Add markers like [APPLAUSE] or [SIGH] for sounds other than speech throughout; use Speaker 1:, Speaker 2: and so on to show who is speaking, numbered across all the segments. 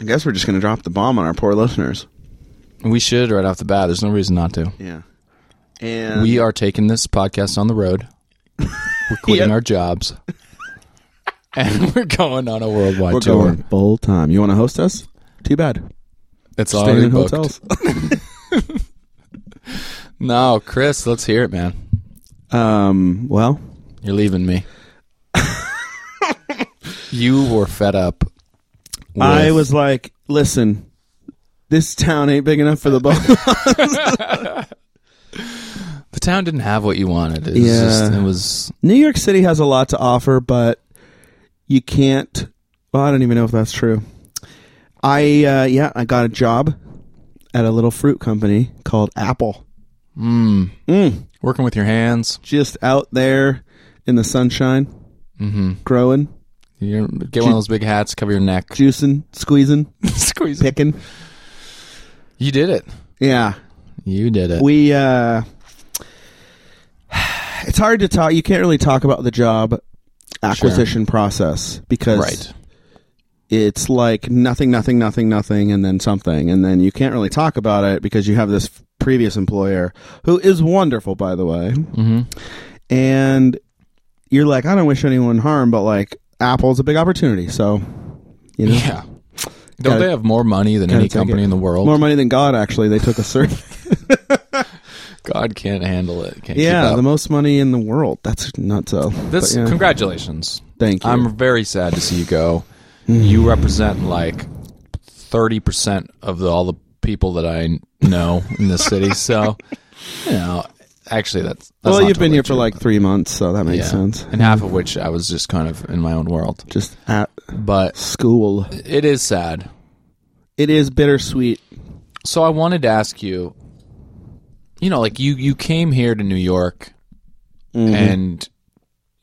Speaker 1: I guess we're just going to drop the bomb on our poor listeners.
Speaker 2: We should right off the bat. There's no reason not to.
Speaker 1: Yeah. And
Speaker 2: We are taking this podcast on the road.
Speaker 1: [LAUGHS]
Speaker 2: We're quitting
Speaker 1: Yep.
Speaker 2: our jobs. [LAUGHS] And we're going on a worldwide
Speaker 1: we're
Speaker 2: tour.
Speaker 1: going full time. You want to host us? Too bad.
Speaker 2: It's
Speaker 1: Staying
Speaker 2: already
Speaker 1: in
Speaker 2: booked.
Speaker 1: hotels. [LAUGHS]
Speaker 2: No, Chris, let's hear it, man.
Speaker 1: um, well,
Speaker 2: You're leaving
Speaker 1: [LAUGHS]
Speaker 2: me. you were fed up. with-
Speaker 1: I was like, listen, this town ain't big enough for the
Speaker 2: [LAUGHS]
Speaker 1: both.
Speaker 2: The town didn't have what you wanted. It was
Speaker 1: Yeah.
Speaker 2: just, it was
Speaker 1: New York City has a lot to offer, but you can't. Well, I don't even know if that's true. I uh, yeah, I got a job at a little fruit company called Apple.
Speaker 2: mm,
Speaker 1: Mm,
Speaker 2: working with your hands.
Speaker 1: just out there in the sunshine,
Speaker 2: Mm-hmm.
Speaker 1: growing,
Speaker 2: You get one of those big hats, cover
Speaker 1: [LAUGHS]
Speaker 2: your neck,
Speaker 1: juicing, squeezing,
Speaker 2: squeeze. it.
Speaker 1: picking.
Speaker 2: You did it.
Speaker 1: Yeah,
Speaker 2: You did it.
Speaker 1: we uh [SIGHS] it's hard to talk you can't really talk about the job acquisition process because
Speaker 2: right.
Speaker 1: it's like nothing nothing nothing nothing and then something and then you can't really talk about it because you have this previous employer who is wonderful by the way
Speaker 2: Mm-hmm.
Speaker 1: and you're like i don't wish anyone harm but like apple's a big opportunity so you know
Speaker 2: Yeah. Don't
Speaker 1: Gotta-
Speaker 2: they have more money than
Speaker 1: gotta
Speaker 2: any
Speaker 1: take
Speaker 2: company
Speaker 1: it.
Speaker 2: in the world?
Speaker 1: more money than god actually they took a [LAUGHS] survey
Speaker 2: God can't handle it. Can't keep
Speaker 1: yeah
Speaker 2: up.
Speaker 1: the most money in the world that's not so
Speaker 2: this.
Speaker 1: but yeah.
Speaker 2: Congratulations.
Speaker 1: thank you Mm.
Speaker 2: I'm very sad to see you go. you represent like thirty percent of the, all the people that I know in
Speaker 1: [LAUGHS]
Speaker 2: this city. So, you know, actually, that's, that's
Speaker 1: well,
Speaker 2: not
Speaker 1: you've been
Speaker 2: totally
Speaker 1: here for
Speaker 2: true,
Speaker 1: like Mm-hmm.
Speaker 2: but-
Speaker 1: three months, so that makes
Speaker 2: Yeah.
Speaker 1: sense.
Speaker 2: and half of which I was just kind of in my own world.
Speaker 1: Just at
Speaker 2: But
Speaker 1: school,
Speaker 2: it is sad.
Speaker 1: it is bittersweet.
Speaker 2: So I wanted to ask you, you know, like you you came here to New York,
Speaker 1: Mm-hmm.
Speaker 2: and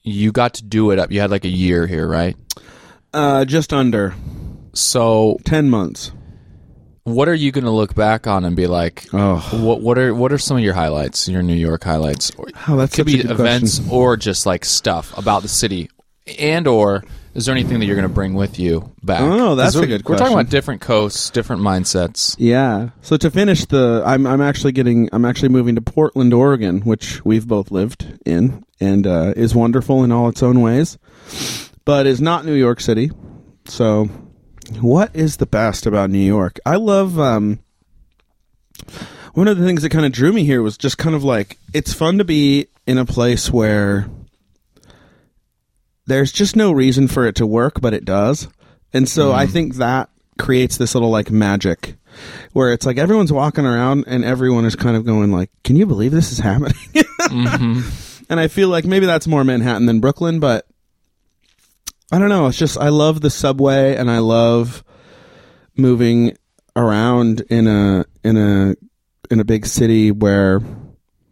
Speaker 2: you got to do it up. You had like a year here, right?
Speaker 1: Uh, just under
Speaker 2: So
Speaker 1: ten months.
Speaker 2: what are you going to look back on and be like?
Speaker 1: Oh,
Speaker 2: What what are what are some of your highlights? Your New York highlights? Or,
Speaker 1: oh that's
Speaker 2: could
Speaker 1: such a
Speaker 2: be
Speaker 1: good
Speaker 2: events
Speaker 1: question.
Speaker 2: or just like stuff about the city, and or is there anything that you're going to bring with you back?
Speaker 1: Oh, that's
Speaker 2: 'Cause we're-
Speaker 1: a good
Speaker 2: We're talking
Speaker 1: question.
Speaker 2: about different coasts, different mindsets.
Speaker 1: Yeah. So to finish the, I'm I'm actually getting, I'm actually moving to Portland, Oregon, which we've both lived in, and uh, is wonderful in all its own ways, but is not New York City. So, what is the best about New York? I love. Um, one of the things that kind of drew me here was just kind of like it's fun to be in a place where there's just no reason for it to work, but it does. And so I think that creates this little like magic where it's like everyone's walking around and everyone is kind of going like, "Can you believe this is happening?" [LAUGHS] And I feel like maybe that's more Manhattan than Brooklyn, but I don't know. It's just I love the subway and I love moving around in a in a in a big city where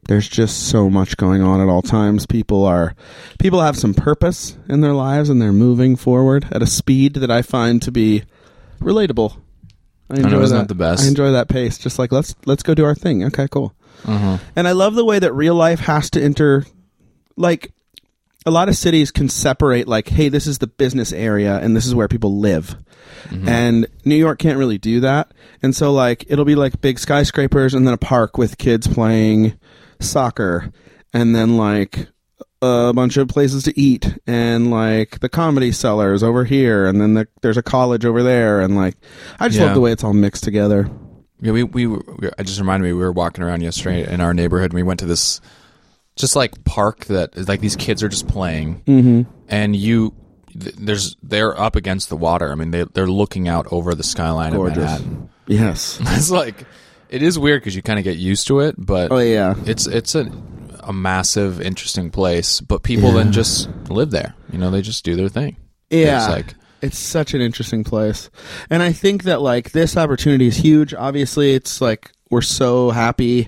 Speaker 1: there's just so much going on at all times. People are people have some purpose in their lives and they're moving forward at a speed that I find to be relatable. I enjoy
Speaker 2: isn't
Speaker 1: that.
Speaker 2: that the best?
Speaker 1: I enjoy that pace. Just like let's let's go do our thing. Okay, cool.
Speaker 2: Uh-huh.
Speaker 1: And I love the way that real life has to enter like a lot of cities can separate like hey this is the business area and this is where people live
Speaker 2: Mm-hmm.
Speaker 1: and new york can't really do that and so like it'll be like big skyscrapers and then a park with kids playing soccer and then like a bunch of places to eat and like the comedy cellars over here and then the, there's a college over there and like i just
Speaker 2: Yeah.
Speaker 1: love the way it's all mixed together
Speaker 2: Yeah, we, we, were- we I just reminded me we were walking around yesterday in our neighborhood and we went to this just like park that is like these kids are just playing mm-hmm. and you th- there's they're up against the water. I mean they they're looking out over the skyline
Speaker 1: Gorgeous.
Speaker 2: of Manhattan. [LAUGHS]
Speaker 1: yes
Speaker 2: It's like it is weird because you kind of get used to it, but
Speaker 1: oh yeah
Speaker 2: it's it's a a massive interesting place. But people then just live there. You know, they just do their thing.
Speaker 1: Yeah.
Speaker 2: It's like-
Speaker 1: it's such an interesting place. And I think that like this opportunity is huge. Obviously, it's like we're so happy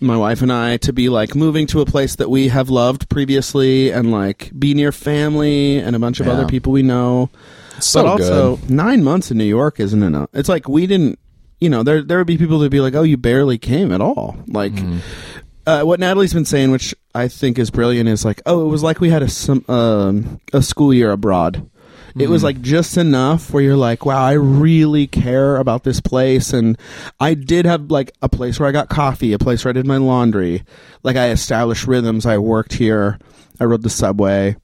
Speaker 1: my wife and I to be like moving to a place that we have loved previously and like be near family and a bunch of
Speaker 2: Yeah.
Speaker 1: other people we know.
Speaker 2: It's so
Speaker 1: but also,
Speaker 2: good.
Speaker 1: 9 months in New York isn't enough. It's like we didn't you know, there there would be people that would be like, "Oh, you barely came at all." Like
Speaker 2: Mm-hmm.
Speaker 1: uh, what Natalie's been saying, which I think is brilliant, is like, oh, it was like we had a some um, a school year abroad. It
Speaker 2: Mm-hmm.
Speaker 1: was like just enough where you're like, wow, I really care about this place. And I did have like a place where I got coffee, a place where I did my laundry. Like I established rhythms. I worked here. I rode the subway.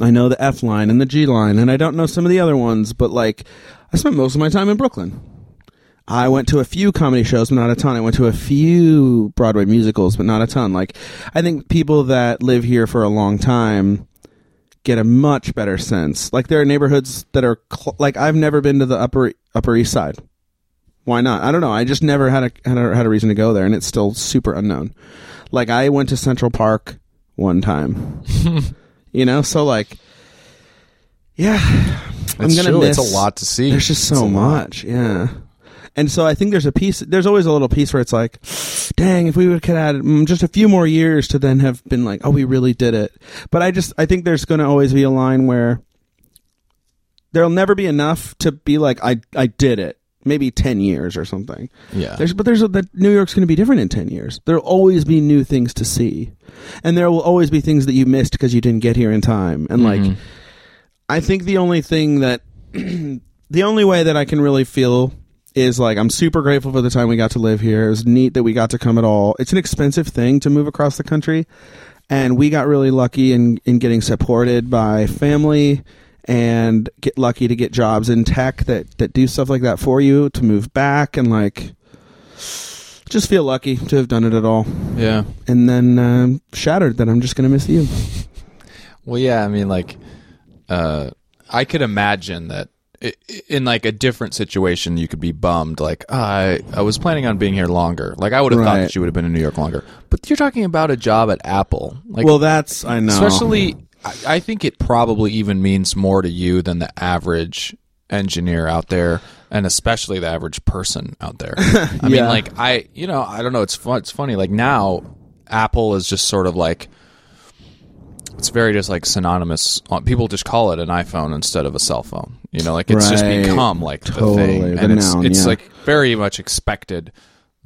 Speaker 1: I know the F line and the G line, and I don't know some of the other ones, but like I spent most of my time in Brooklyn. I went to a few comedy shows, but not a ton. I went to a few Broadway musicals, but not a ton. Like I think people that live here for a long time get a much better sense. Like there are neighborhoods that are cl- like I've never been to the upper E, Upper East Side. Why not? I don't know. I just never had a, had a had a reason to go there, and it's still super unknown. Like I went to Central Park one time,
Speaker 2: [LAUGHS]
Speaker 1: you know. So like, yeah, I'm
Speaker 2: It's
Speaker 1: gonna
Speaker 2: true.
Speaker 1: miss
Speaker 2: It's a lot to see.
Speaker 1: There's just
Speaker 2: It's
Speaker 1: so
Speaker 2: a lot.
Speaker 1: much, yeah. And so I think there's a piece. There's always a little piece where it's like, dang, if we would have had mm, just a few more years to then have been like, oh, we really did it. But I just I think there's going to always be a line where there'll never be enough to be like I I did it. Maybe ten years or something.
Speaker 2: Yeah.
Speaker 1: There's, but there's a, that New York's going to be different in ten years. There'll always be new things to see, and there will always be things that you missed because you didn't get here in time. And like, I think the only thing that [CLEARS THROAT] the only way that I can really feel is like I'm super grateful for the time we got to live here. It was neat that we got to come at all. It's an expensive thing to move across the country, and we got really lucky in in getting supported by family and get lucky to get jobs in tech that that do stuff like that for you to move back and like just feel lucky to have done it at all.
Speaker 2: yeah.
Speaker 1: And then um, shattered that I'm just gonna miss you.
Speaker 2: Well, yeah, I mean, like, uh, I could imagine that i- i- in like a different situation, you could be bummed, like, "Ah, I, I was planning on being here longer. Like, I would have thought
Speaker 1: Right.
Speaker 2: that you would have been in New York longer. But you're talking about a job at Apple, like,
Speaker 1: well, that's I know.
Speaker 2: especially. I, I think it probably even means more to you than the average engineer out there, and especially the average person
Speaker 1: [LAUGHS]
Speaker 2: out there. I mean,
Speaker 1: Yeah.
Speaker 2: like, I, you know, I don't know. It's fun. It's funny. Like now, Apple is just sort of like it's very just like synonymous. uh, People just call it an iPhone instead of a cell phone. You know, like it's just
Speaker 1: Right.
Speaker 2: become like
Speaker 1: Totally,
Speaker 2: the thing,
Speaker 1: the
Speaker 2: and it's
Speaker 1: noun,
Speaker 2: it's
Speaker 1: yeah.
Speaker 2: like very much expected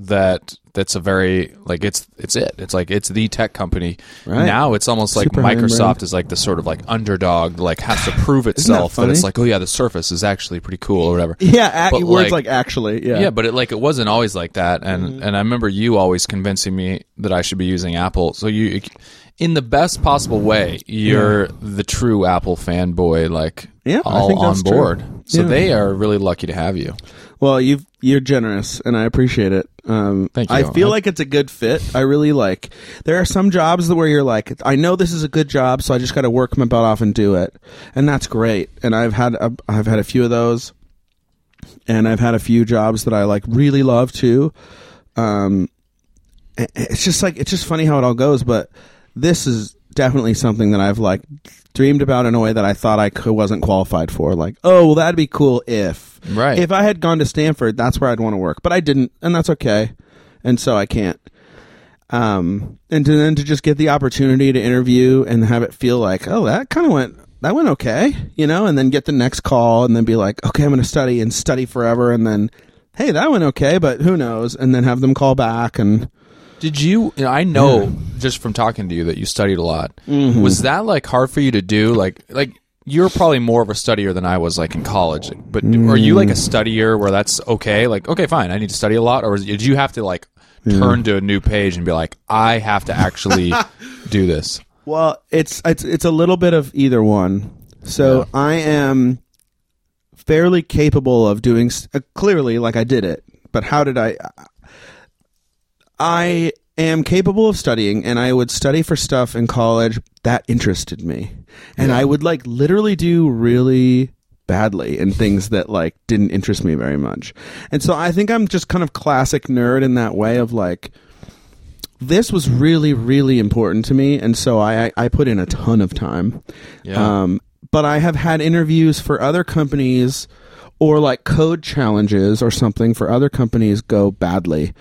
Speaker 2: that that's a very like it's it's it. It's like it's the tech company.
Speaker 1: Right.
Speaker 2: Now it's almost like
Speaker 1: Super high-end
Speaker 2: Microsoft
Speaker 1: brand.
Speaker 2: is like the sort of like underdog, like has to
Speaker 1: [LAUGHS]
Speaker 2: prove itself that, it's
Speaker 1: funny?
Speaker 2: like oh yeah, the Surface is actually pretty cool or whatever.
Speaker 1: Yeah,
Speaker 2: But,
Speaker 1: ac words
Speaker 2: like-
Speaker 1: like, actually. Yeah.
Speaker 2: Yeah, but it like it wasn't always like that, and
Speaker 1: Mm.
Speaker 2: and I remember you always convincing me that I should be using Apple. So you, in the best possible way, you're the true Apple fanboy, like
Speaker 1: Yeah, I
Speaker 2: all
Speaker 1: think that's
Speaker 2: on board.
Speaker 1: true.
Speaker 2: So
Speaker 1: Yeah.
Speaker 2: they are really lucky to have you.
Speaker 1: Well, you've you're generous, and I appreciate it. Um,
Speaker 2: Thank you.
Speaker 1: I feel
Speaker 2: I-
Speaker 1: like it's a good fit. I really like. There are some jobs where you're like, I know this is a good job, so I just got to work my butt off and do it, and that's great. And I've had a, I've had a few of those, and I've had a few jobs that I like really love too. Um, i- it's just like it's just funny how it all goes, but this is definitely something that I've like dreamed about in a way that I thought I could, wasn't qualified for. Like, oh, well, that'd be cool if
Speaker 2: Right.
Speaker 1: if I had gone to Stanford, that's where I'd want to work, but I didn't, and that's okay. And so I can't. Um, and to, then to just get the opportunity to interview and have it feel like, oh, that kind of went, that went okay, you know, and then get the next call and then be like, okay, I'm going to study and study forever, and then, hey, that went okay, but who knows? And then have them call back and
Speaker 2: Did you? you know, I know just from talking to you that you studied a lot. Was that like hard for you to do? Like, like you're probably more of a studier than I was, like in college. But do- are you like a studier where that's okay? Like, okay, fine, I need to study a lot, or is- did you have to like turn to a new page and be like, I have to actually do this?
Speaker 1: Well, it's it's it's a little bit of either one. So I am fairly capable of doing s- uh, clearly like I did it, but how did I I am capable of studying and I would study for stuff in college that interested me. And I would like literally do really badly in things that like didn't interest me very much. And so I think I'm just kind of classic nerd in that way of like this was really really important to me and so I I, I put in a ton of time.
Speaker 2: Yeah.
Speaker 1: Um, but I have had interviews for other companies or like code challenges or something for other companies go badly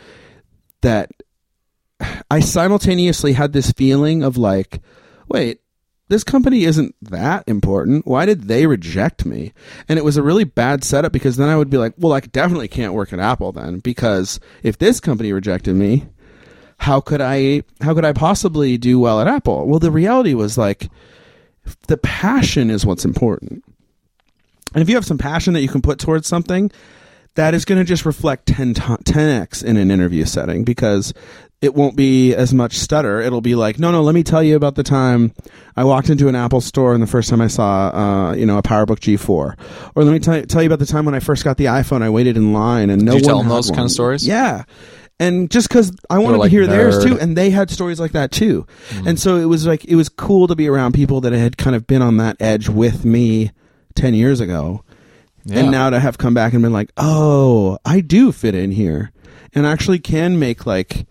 Speaker 1: that I simultaneously had this feeling of like, wait, this company isn't that important. Why did they reject me? And it was a really bad setup because then I would be like, well, I definitely can't work at Apple then because if this company rejected me, how could I how could I possibly do well at Apple? Well, the reality was like the passion is what's important. And if you have some passion that you can put towards something, that is going to just reflect 10 ti 10x in an interview setting because it won't be as much stutter. It'll be like, no, no, let me tell you about the time I walked into an Apple store and the first time I saw, uh, you know, a PowerBook G4, or let me tell you, tell you about the time when I first got the iPhone. I waited in line and no
Speaker 2: you
Speaker 1: one
Speaker 2: tell them
Speaker 1: had
Speaker 2: those kind of
Speaker 1: one.
Speaker 2: stories?
Speaker 1: Yeah. And just because I wanted
Speaker 2: like,
Speaker 1: to hear theirs
Speaker 2: "Nerd." Hmm.
Speaker 1: too, and they had stories like that too, and so it was like it was cool to be around people that had kind of been on that edge with me ten years ago,
Speaker 2: Yeah.
Speaker 1: and now to have come back and been like, oh, I do fit in here, and actually can make like,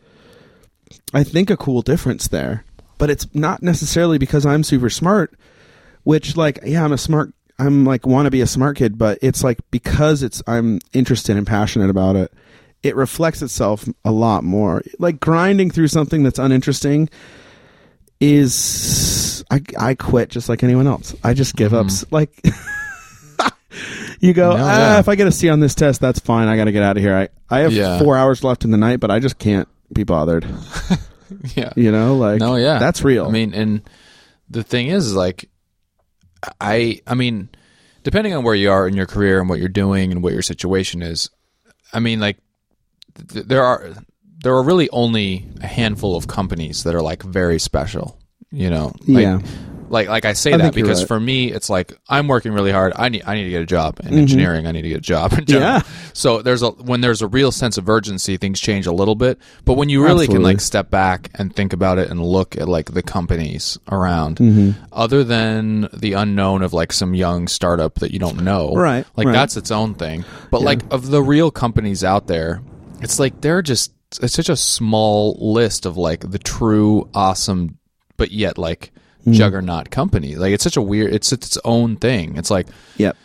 Speaker 1: I think a cool difference there. But it's not necessarily because I'm super smart, which like, yeah, I'm a smart, I'm like want to be a smart kid, but it's like because it's I'm interested and passionate about it, it reflects itself a lot more. Like grinding through something that's uninteresting is I I quit just like anyone else. I just give up. s- Like [LAUGHS] you go,
Speaker 2: Mm-hmm. No,
Speaker 1: ah,
Speaker 2: yeah.
Speaker 1: if I get a C on this test, that's fine. I got to get out of here. I I have
Speaker 2: Yeah.
Speaker 1: four hours left in the night, but I just can't be bothered.
Speaker 2: [LAUGHS] yeah.
Speaker 1: You know, like
Speaker 2: No, yeah,
Speaker 1: that's real.
Speaker 2: I mean, and the thing is, like, I, I mean, depending on where you are in your career and what you're doing and what your situation is, I mean, like, th- there are there are really only a handful of companies that are like very special. You know, like,
Speaker 1: Yeah.
Speaker 2: Like, like I say that
Speaker 1: think you're
Speaker 2: because
Speaker 1: right.
Speaker 2: for me, it's like I'm working really hard. I need, I need to get a job in engineering. I need to get a job in general.
Speaker 1: Mm-hmm. Yeah.
Speaker 2: So there's a when there's a real sense of urgency, things change a little bit. But when you really can
Speaker 1: Absolutely.
Speaker 2: like step back and think about it and look at like the companies around,
Speaker 1: Mm-hmm.
Speaker 2: other than the unknown of like some young startup that you don't know,
Speaker 1: Right,
Speaker 2: Like
Speaker 1: right.
Speaker 2: that's its own thing. But like of the real companies out there, it's like they're just it's such a small list of like the true awesome, but yet like
Speaker 1: Hmm.
Speaker 2: juggernaut company. Like it's such a weird. It's its own thing. It's like
Speaker 1: yep.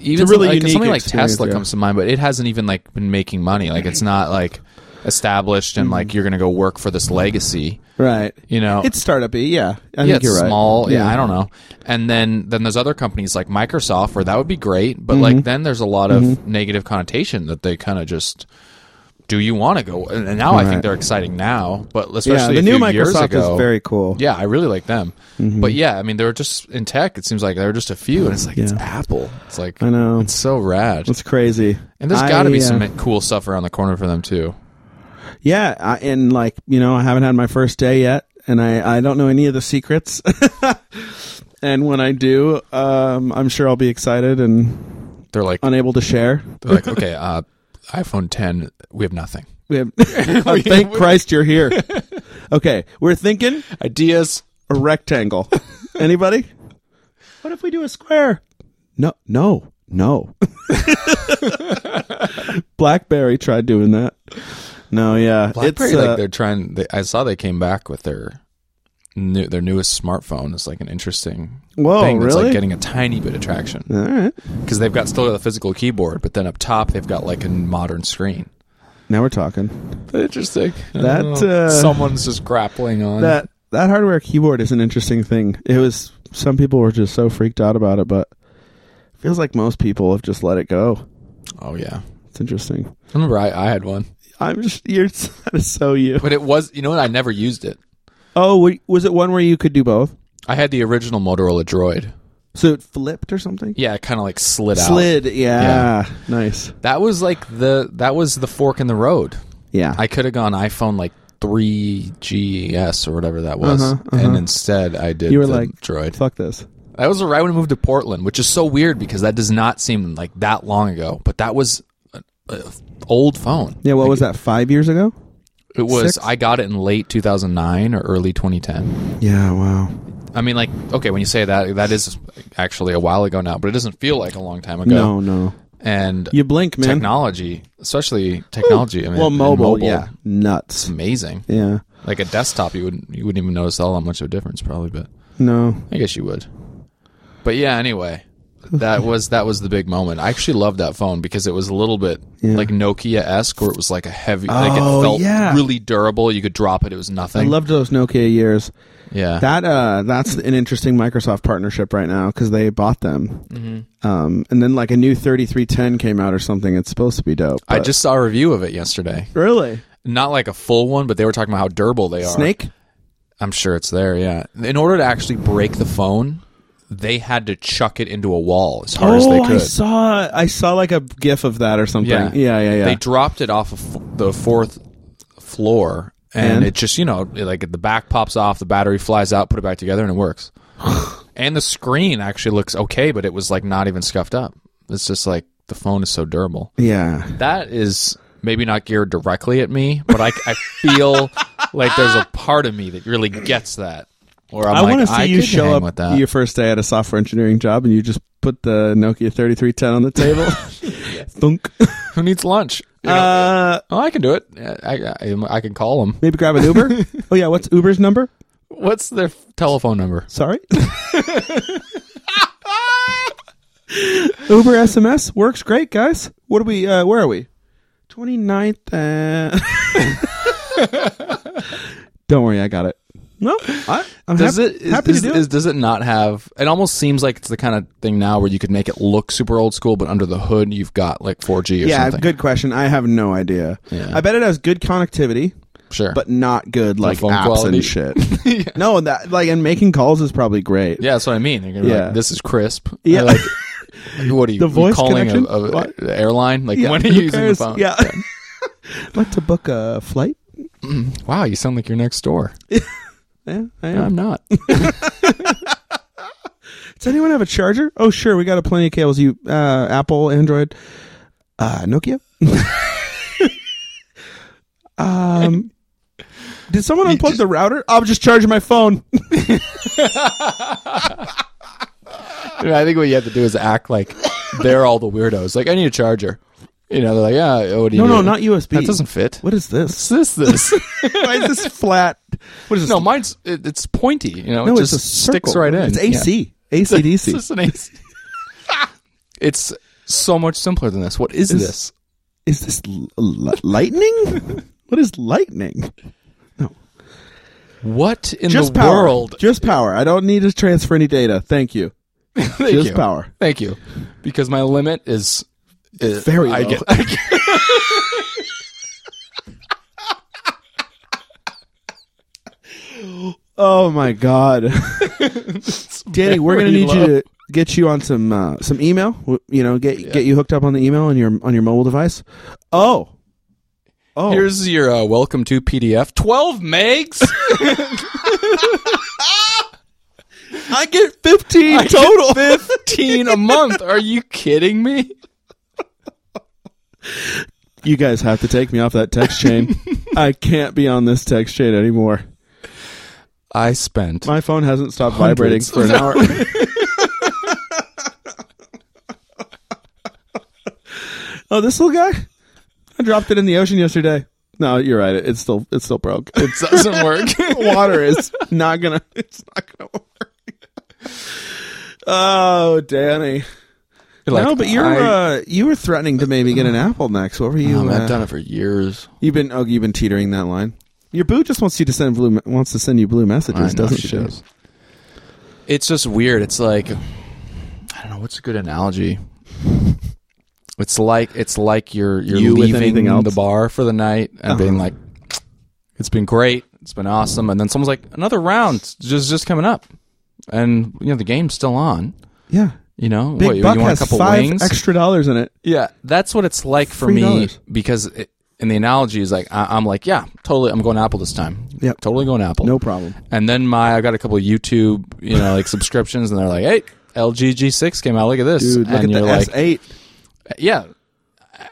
Speaker 2: even
Speaker 1: It's a really
Speaker 2: some- like,
Speaker 1: unique
Speaker 2: something like
Speaker 1: experience,
Speaker 2: Tesla
Speaker 1: yeah.
Speaker 2: comes to mind, but it hasn't even like been making money. Like it's not like established and like you're gonna go work for this legacy.
Speaker 1: Right.
Speaker 2: You know,
Speaker 1: Hmm. It's startupy, yeah. I
Speaker 2: yeah,
Speaker 1: think you're
Speaker 2: it's
Speaker 1: right.
Speaker 2: small. Yeah. I don't know. And then then there's other companies like Microsoft where that would be great, but
Speaker 1: Mm-hmm.
Speaker 2: like then there's a lot of negative connotation that they kind of just. Do you want to go? And and now I think
Speaker 1: Right.
Speaker 2: they're exciting now, but especially
Speaker 1: Yeah, the new
Speaker 2: a few years
Speaker 1: Microsoft
Speaker 2: ago,
Speaker 1: is very Mm-hmm. cool.
Speaker 2: Yeah, I really like them. But yeah, I mean, they're just in tech. It seems like they're just a few, and it's like it's
Speaker 1: Yeah.
Speaker 2: Apple. It's like
Speaker 1: I know.
Speaker 2: It's so rad.
Speaker 1: It's crazy.
Speaker 2: And there's
Speaker 1: I,
Speaker 2: got to be
Speaker 1: uh,
Speaker 2: some cool stuff around the corner for them too.
Speaker 1: Yeah, I, and like you know, I haven't had my first day yet, and I I don't know any of the secrets. [LAUGHS] and when I do, um, I'm sure I'll be excited and [LAUGHS]
Speaker 2: They're like,
Speaker 1: unable to share.
Speaker 2: they're like, okay, uh, iPhone 10, we have nothing.
Speaker 1: We
Speaker 2: [LAUGHS]
Speaker 1: have, Oh, thank Christ you're here. Okay, we're thinking
Speaker 2: Ideas.
Speaker 1: a [LAUGHS] rectangle. Anybody? What if we do a square? No, no, [LAUGHS] no. BlackBerry tried doing that. No, yeah,
Speaker 2: BlackBerry,
Speaker 1: it's uh,
Speaker 2: like they're trying. They, I saw they came back with their new, their newest smartphone. It's like an interesting
Speaker 1: Whoa,
Speaker 2: thing that's
Speaker 1: really?
Speaker 2: like getting a tiny bit of traction
Speaker 1: all right.
Speaker 2: because they've got still got the physical keyboard, but then up top they've got like a modern screen.
Speaker 1: Now we're talking.
Speaker 2: Interesting. I
Speaker 1: That,
Speaker 2: don't know.
Speaker 1: uh,
Speaker 2: someone's just grappling on
Speaker 1: That that hardware keyboard is an interesting thing. It was some people were just so freaked out about it, but feels like most people have just let it go.
Speaker 2: Oh yeah,
Speaker 1: It's interesting.
Speaker 2: I remember I, I had one,
Speaker 1: I'm just [LAUGHS] you're that is so you.
Speaker 2: but it was you know what I never used it.
Speaker 1: Oh, wa- was it one where you could do both?
Speaker 2: I had the original Motorola Droid.
Speaker 1: So it flipped or something?
Speaker 2: Yeah, it kind of like slid, out.
Speaker 1: Slid, yeah. Nice.
Speaker 2: That was like the that was the fork in the road.
Speaker 1: Yeah.
Speaker 2: I could have gone iPhone like 3GS or whatever that was,
Speaker 1: Uh-huh,
Speaker 2: and instead I did
Speaker 1: You were
Speaker 2: the
Speaker 1: like-
Speaker 2: Droid.
Speaker 1: Fuck this.
Speaker 2: That was right when I moved to Portland, which is so weird because that does not seem like that long ago, but that was an old phone.
Speaker 1: Yeah, what was that, five years ago?
Speaker 2: It was
Speaker 1: Six?
Speaker 2: I got it in late 2009 or early 2010.
Speaker 1: Yeah, wow.
Speaker 2: I mean, like okay, when you say that, that is actually a while ago now, but it doesn't feel like a long time ago.
Speaker 1: No, no.
Speaker 2: And
Speaker 1: You blink, man.
Speaker 2: technology, especially technology. I mean,
Speaker 1: well,
Speaker 2: and
Speaker 1: mobile, yeah. Nuts.
Speaker 2: amazing.
Speaker 1: Yeah.
Speaker 2: Like a desktop, you wouldn't you wouldn't even notice all that much of a difference, probably. But
Speaker 1: No.
Speaker 2: I guess you would. But yeah, anyway, that
Speaker 1: [LAUGHS]
Speaker 2: was that was the big moment. I actually loved that phone because it was a little bit
Speaker 1: Yeah.
Speaker 2: like Nokia esque, where it was like a heavy, like it
Speaker 1: Oh,
Speaker 2: felt
Speaker 1: yeah.
Speaker 2: really durable. You could drop it; it was
Speaker 1: I
Speaker 2: nothing.
Speaker 1: loved those Nokia years.
Speaker 2: yeah,
Speaker 1: That uh, that's an interesting Microsoft partnership right now because they bought them,
Speaker 2: Mm-hmm.
Speaker 1: um, and then like a new 3310 came out or something. It's supposed to be dope.
Speaker 2: I
Speaker 1: but-
Speaker 2: just saw a review of it yesterday.
Speaker 1: really
Speaker 2: Not like a full one, but they were talking about how durable they are.
Speaker 1: snake.
Speaker 2: I'm sure it's there. Yeah. In order to actually break the phone, they had to chuck it into a wall as hard as they could.
Speaker 1: Oh, I saw I saw like a gif of that or something. Yeah, yeah, yeah.
Speaker 2: They dropped it off of f- the fourth floor, and,
Speaker 1: And?
Speaker 2: it just you know like the back pops off, the battery flies out, put it back together, and it
Speaker 1: [SIGHS]
Speaker 2: works. and the screen actually looks okay, but it was like not even scuffed up. It's just like the phone is so durable.
Speaker 1: yeah.
Speaker 2: That is maybe not geared directly at me, but I, I
Speaker 1: [LAUGHS]
Speaker 2: feel like there's a part of me that really gets that. Or I'm
Speaker 1: I
Speaker 2: like,
Speaker 1: want to see
Speaker 2: I
Speaker 1: you
Speaker 2: could hang
Speaker 1: show
Speaker 2: with
Speaker 1: up
Speaker 2: that.
Speaker 1: your first day at a software engineering job and you just put the Nokia 3310 on the [LAUGHS] table. Thunk.
Speaker 2: Who needs lunch? You know,
Speaker 1: Uh,
Speaker 2: oh, I can do it. I, I, I can call them.
Speaker 1: maybe grab an [LAUGHS] Uber. oh yeah, what's Uber's number?
Speaker 2: What's their f- telephone number?
Speaker 1: [LAUGHS] Sorry. Uber SMS works great, guys. What are we? Uh, where are we? 29th. Uh... [LAUGHS] Don't worry, I got it. No, I, I'm
Speaker 2: Does
Speaker 1: hap-
Speaker 2: it is,
Speaker 1: happy
Speaker 2: is-
Speaker 1: to do
Speaker 2: is-
Speaker 1: it.
Speaker 2: does it not have? It almost seems like it's the kind of thing now where you could make it look super old school, but under the hood you've got like 4G or
Speaker 1: Yeah,
Speaker 2: something.
Speaker 1: good question. I have no idea.
Speaker 2: Yeah.
Speaker 1: I bet it has good connectivity,
Speaker 2: Sure,
Speaker 1: but not good like
Speaker 2: phone
Speaker 1: apps
Speaker 2: quality.
Speaker 1: and
Speaker 2: [LAUGHS]
Speaker 1: shit. No, that like and making calls is probably great.
Speaker 2: yeah, that's what I mean. You're gonna be
Speaker 1: Yeah.
Speaker 2: like, this is crisp.
Speaker 1: Yeah. [LAUGHS]
Speaker 2: Like, what are you,
Speaker 1: The
Speaker 2: you
Speaker 1: voice
Speaker 2: calling a,
Speaker 1: connection?
Speaker 2: a-
Speaker 1: What?
Speaker 2: a airline? Like
Speaker 1: Yeah,
Speaker 2: when are
Speaker 1: who
Speaker 2: you using the
Speaker 1: cares?
Speaker 2: phone?
Speaker 1: Yeah. [LAUGHS] like to book a flight?
Speaker 2: Wow, you sound like you're next door.
Speaker 1: Yeah, I am.
Speaker 2: I'm not. [LAUGHS]
Speaker 1: Does anyone have a charger? Oh, sure. We got a plenty of cables. You, uh, Apple, Android, uh, Nokia. [LAUGHS] um, did someone unplug the router? I'm just charging my phone. [LAUGHS]
Speaker 2: Dude, I think what you have to do is
Speaker 1: [LAUGHS]
Speaker 2: act like they're all the weirdos. Like I need a charger. You know, they're like, yeah, what do you?
Speaker 1: No, no,
Speaker 2: do?"
Speaker 1: not USB.
Speaker 2: That doesn't fit.
Speaker 1: What is this?
Speaker 2: What's
Speaker 1: [LAUGHS]
Speaker 2: this? [LAUGHS] This.
Speaker 1: Why is this flat? What is this?
Speaker 2: no, mine's it, it's pointy. You know,
Speaker 1: No,
Speaker 2: it
Speaker 1: it's
Speaker 2: just
Speaker 1: a
Speaker 2: sticks
Speaker 1: circle.
Speaker 2: right in.
Speaker 1: It's
Speaker 2: Yeah.
Speaker 1: AC,
Speaker 2: It's
Speaker 1: ACDC.
Speaker 2: just an AC. it's so much simpler than this. What is this?
Speaker 1: Is this l- l-
Speaker 2: [LAUGHS]
Speaker 1: lightning? what is lightning?
Speaker 2: What in
Speaker 1: Just
Speaker 2: the
Speaker 1: power.
Speaker 2: world?
Speaker 1: Just power. I don't need to transfer any data. Thank you.
Speaker 2: Thank
Speaker 1: just
Speaker 2: you.
Speaker 1: power.
Speaker 2: Thank you, because my limit is, is
Speaker 1: Very
Speaker 2: I
Speaker 1: low.
Speaker 2: get, I get-
Speaker 1: Oh my
Speaker 2: [LAUGHS]
Speaker 1: god, [LAUGHS] Danny, we're gonna
Speaker 2: very
Speaker 1: need
Speaker 2: low.
Speaker 1: you to get you on some uh, some email. W- You know, get get you hooked up on the email on your on your mobile device. Oh, oh,
Speaker 2: [LAUGHS] here's your uh, welcome to PDF. Twelve megs.
Speaker 1: I get fifteen
Speaker 2: I get
Speaker 1: total.
Speaker 2: 15 a month. Are you kidding me?
Speaker 1: you guys have to take me off that text
Speaker 2: [LAUGHS]
Speaker 1: chain. I can't be on this text chain anymore.
Speaker 2: I spent.
Speaker 1: My phone hasn't stopped vibrating
Speaker 2: Hundreds.
Speaker 1: for
Speaker 2: [LAUGHS]
Speaker 1: an hour. oh, this little guy! I dropped it in the ocean yesterday. No, you're right. It's still it's still broke. [LAUGHS]
Speaker 2: it doesn't work.
Speaker 1: water is not gonna it's not gonna work oh danny no but you're uh you were threatening to maybe get an apple next what were you
Speaker 2: Um,
Speaker 1: uh,
Speaker 2: I've done it for years.
Speaker 1: you've been oh you've been teetering that line your boo just wants you to send blue wants to send you blue messages doesn't she,
Speaker 2: It's just weird. It's like I don't know what's a good analogy. It's like it's like you're you're
Speaker 1: You with anything
Speaker 2: leaving
Speaker 1: else? Uh-huh.
Speaker 2: the bar for the night and being like, it's been great, it's been awesome, and then someone's like, another round just just coming up, and you know the game's still on.
Speaker 1: yeah
Speaker 2: You know,
Speaker 1: big
Speaker 2: what, you-
Speaker 1: buck
Speaker 2: you want
Speaker 1: has
Speaker 2: a couple
Speaker 1: five
Speaker 2: wings?
Speaker 1: extra dollars in it
Speaker 2: Yeah, that's what it's like for
Speaker 1: Three
Speaker 2: me
Speaker 1: dollars.
Speaker 2: because it, in the analogy is like I, I'm like yeah, totally, I'm going Apple this time.
Speaker 1: Yep.
Speaker 2: totally going Apple.
Speaker 1: no problem
Speaker 2: And then my I got a couple of YouTube, you know, like subscriptions, and they're like, hey, LG G6 came out. Look at this,
Speaker 1: dude look
Speaker 2: and
Speaker 1: at
Speaker 2: you're
Speaker 1: the
Speaker 2: like,
Speaker 1: s8
Speaker 2: yeah,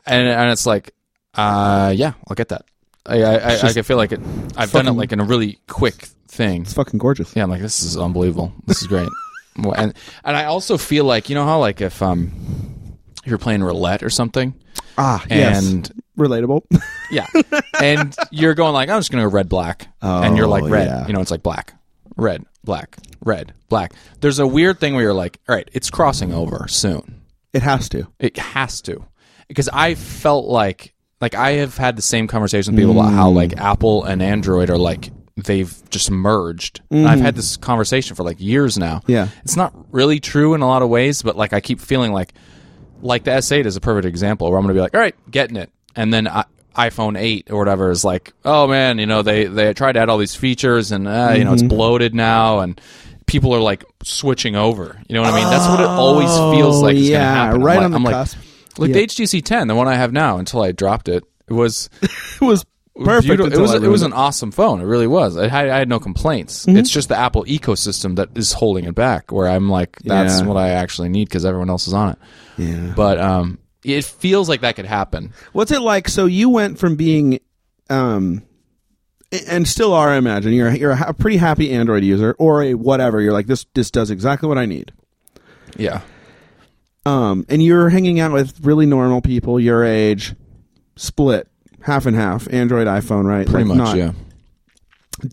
Speaker 2: and and it's like, uh, yeah, I'll get that. I I, I, I feel like it. I've done it
Speaker 1: fucking-
Speaker 2: like in a really quick thing.
Speaker 1: it's fucking gorgeous
Speaker 2: Yeah, I'm like, this is unbelievable. This is great. Well, and and I also feel like you know how like if um if you're playing roulette or something
Speaker 1: ah yes
Speaker 2: and
Speaker 1: relatable [LAUGHS]
Speaker 2: yeah. And you're going like, I'm just going to go red, black. and you're like
Speaker 1: Oh,
Speaker 2: red.
Speaker 1: yeah.
Speaker 2: You know, it's like black, red, black, red, black. There's a weird thing where you're like, all right, it's crossing over soon.
Speaker 1: it has to
Speaker 2: It has to. Because I felt like, like I have had the same conversation with people about
Speaker 1: Mm.
Speaker 2: how like Apple and Android are like, they've just merged. And I've had this conversation for like years now.
Speaker 1: Mm. Yeah.
Speaker 2: It's not really true in a lot of ways, but like I keep feeling like, like the S8 is a perfect example where I'm going to be like, all right, getting it. And then I, iPhone 8 or whatever is
Speaker 1: Mm-hmm.
Speaker 2: like, oh man, you know, they, they tried to add all these features and, uh, you know, it's bloated now and people are like switching over. You know what I mean? That's what it always feels like. Is gonna
Speaker 1: Oh, yeah,
Speaker 2: happen. I'm
Speaker 1: right
Speaker 2: like-
Speaker 1: on the
Speaker 2: I'm like,
Speaker 1: cusp.
Speaker 2: Like
Speaker 1: Yeah.
Speaker 2: the HTC 10, the one I have now, until I dropped it, it was
Speaker 1: It was perfect.
Speaker 2: beautiful. It
Speaker 1: until
Speaker 2: was
Speaker 1: I Mm-hmm.
Speaker 2: it was an
Speaker 1: ruined
Speaker 2: awesome phone. It really was. I had, I had no complaints. It's just the Apple ecosystem that is holding it back. Where I'm like, that's
Speaker 1: Yeah.
Speaker 2: what I actually need because everyone else is on it.
Speaker 1: it. Yeah.
Speaker 2: But um, it feels like that could happen.
Speaker 1: What's it like? So you went from being, um, a- and still are, I imagine you're you're a ha- pretty happy Android user or a whatever. You're like this. This does exactly what I need.
Speaker 2: Yeah.
Speaker 1: Um, and you're hanging out with really normal people your age, split half and half, Android iPhone, right?
Speaker 2: Pretty
Speaker 1: Like,
Speaker 2: much,
Speaker 1: not-
Speaker 2: yeah.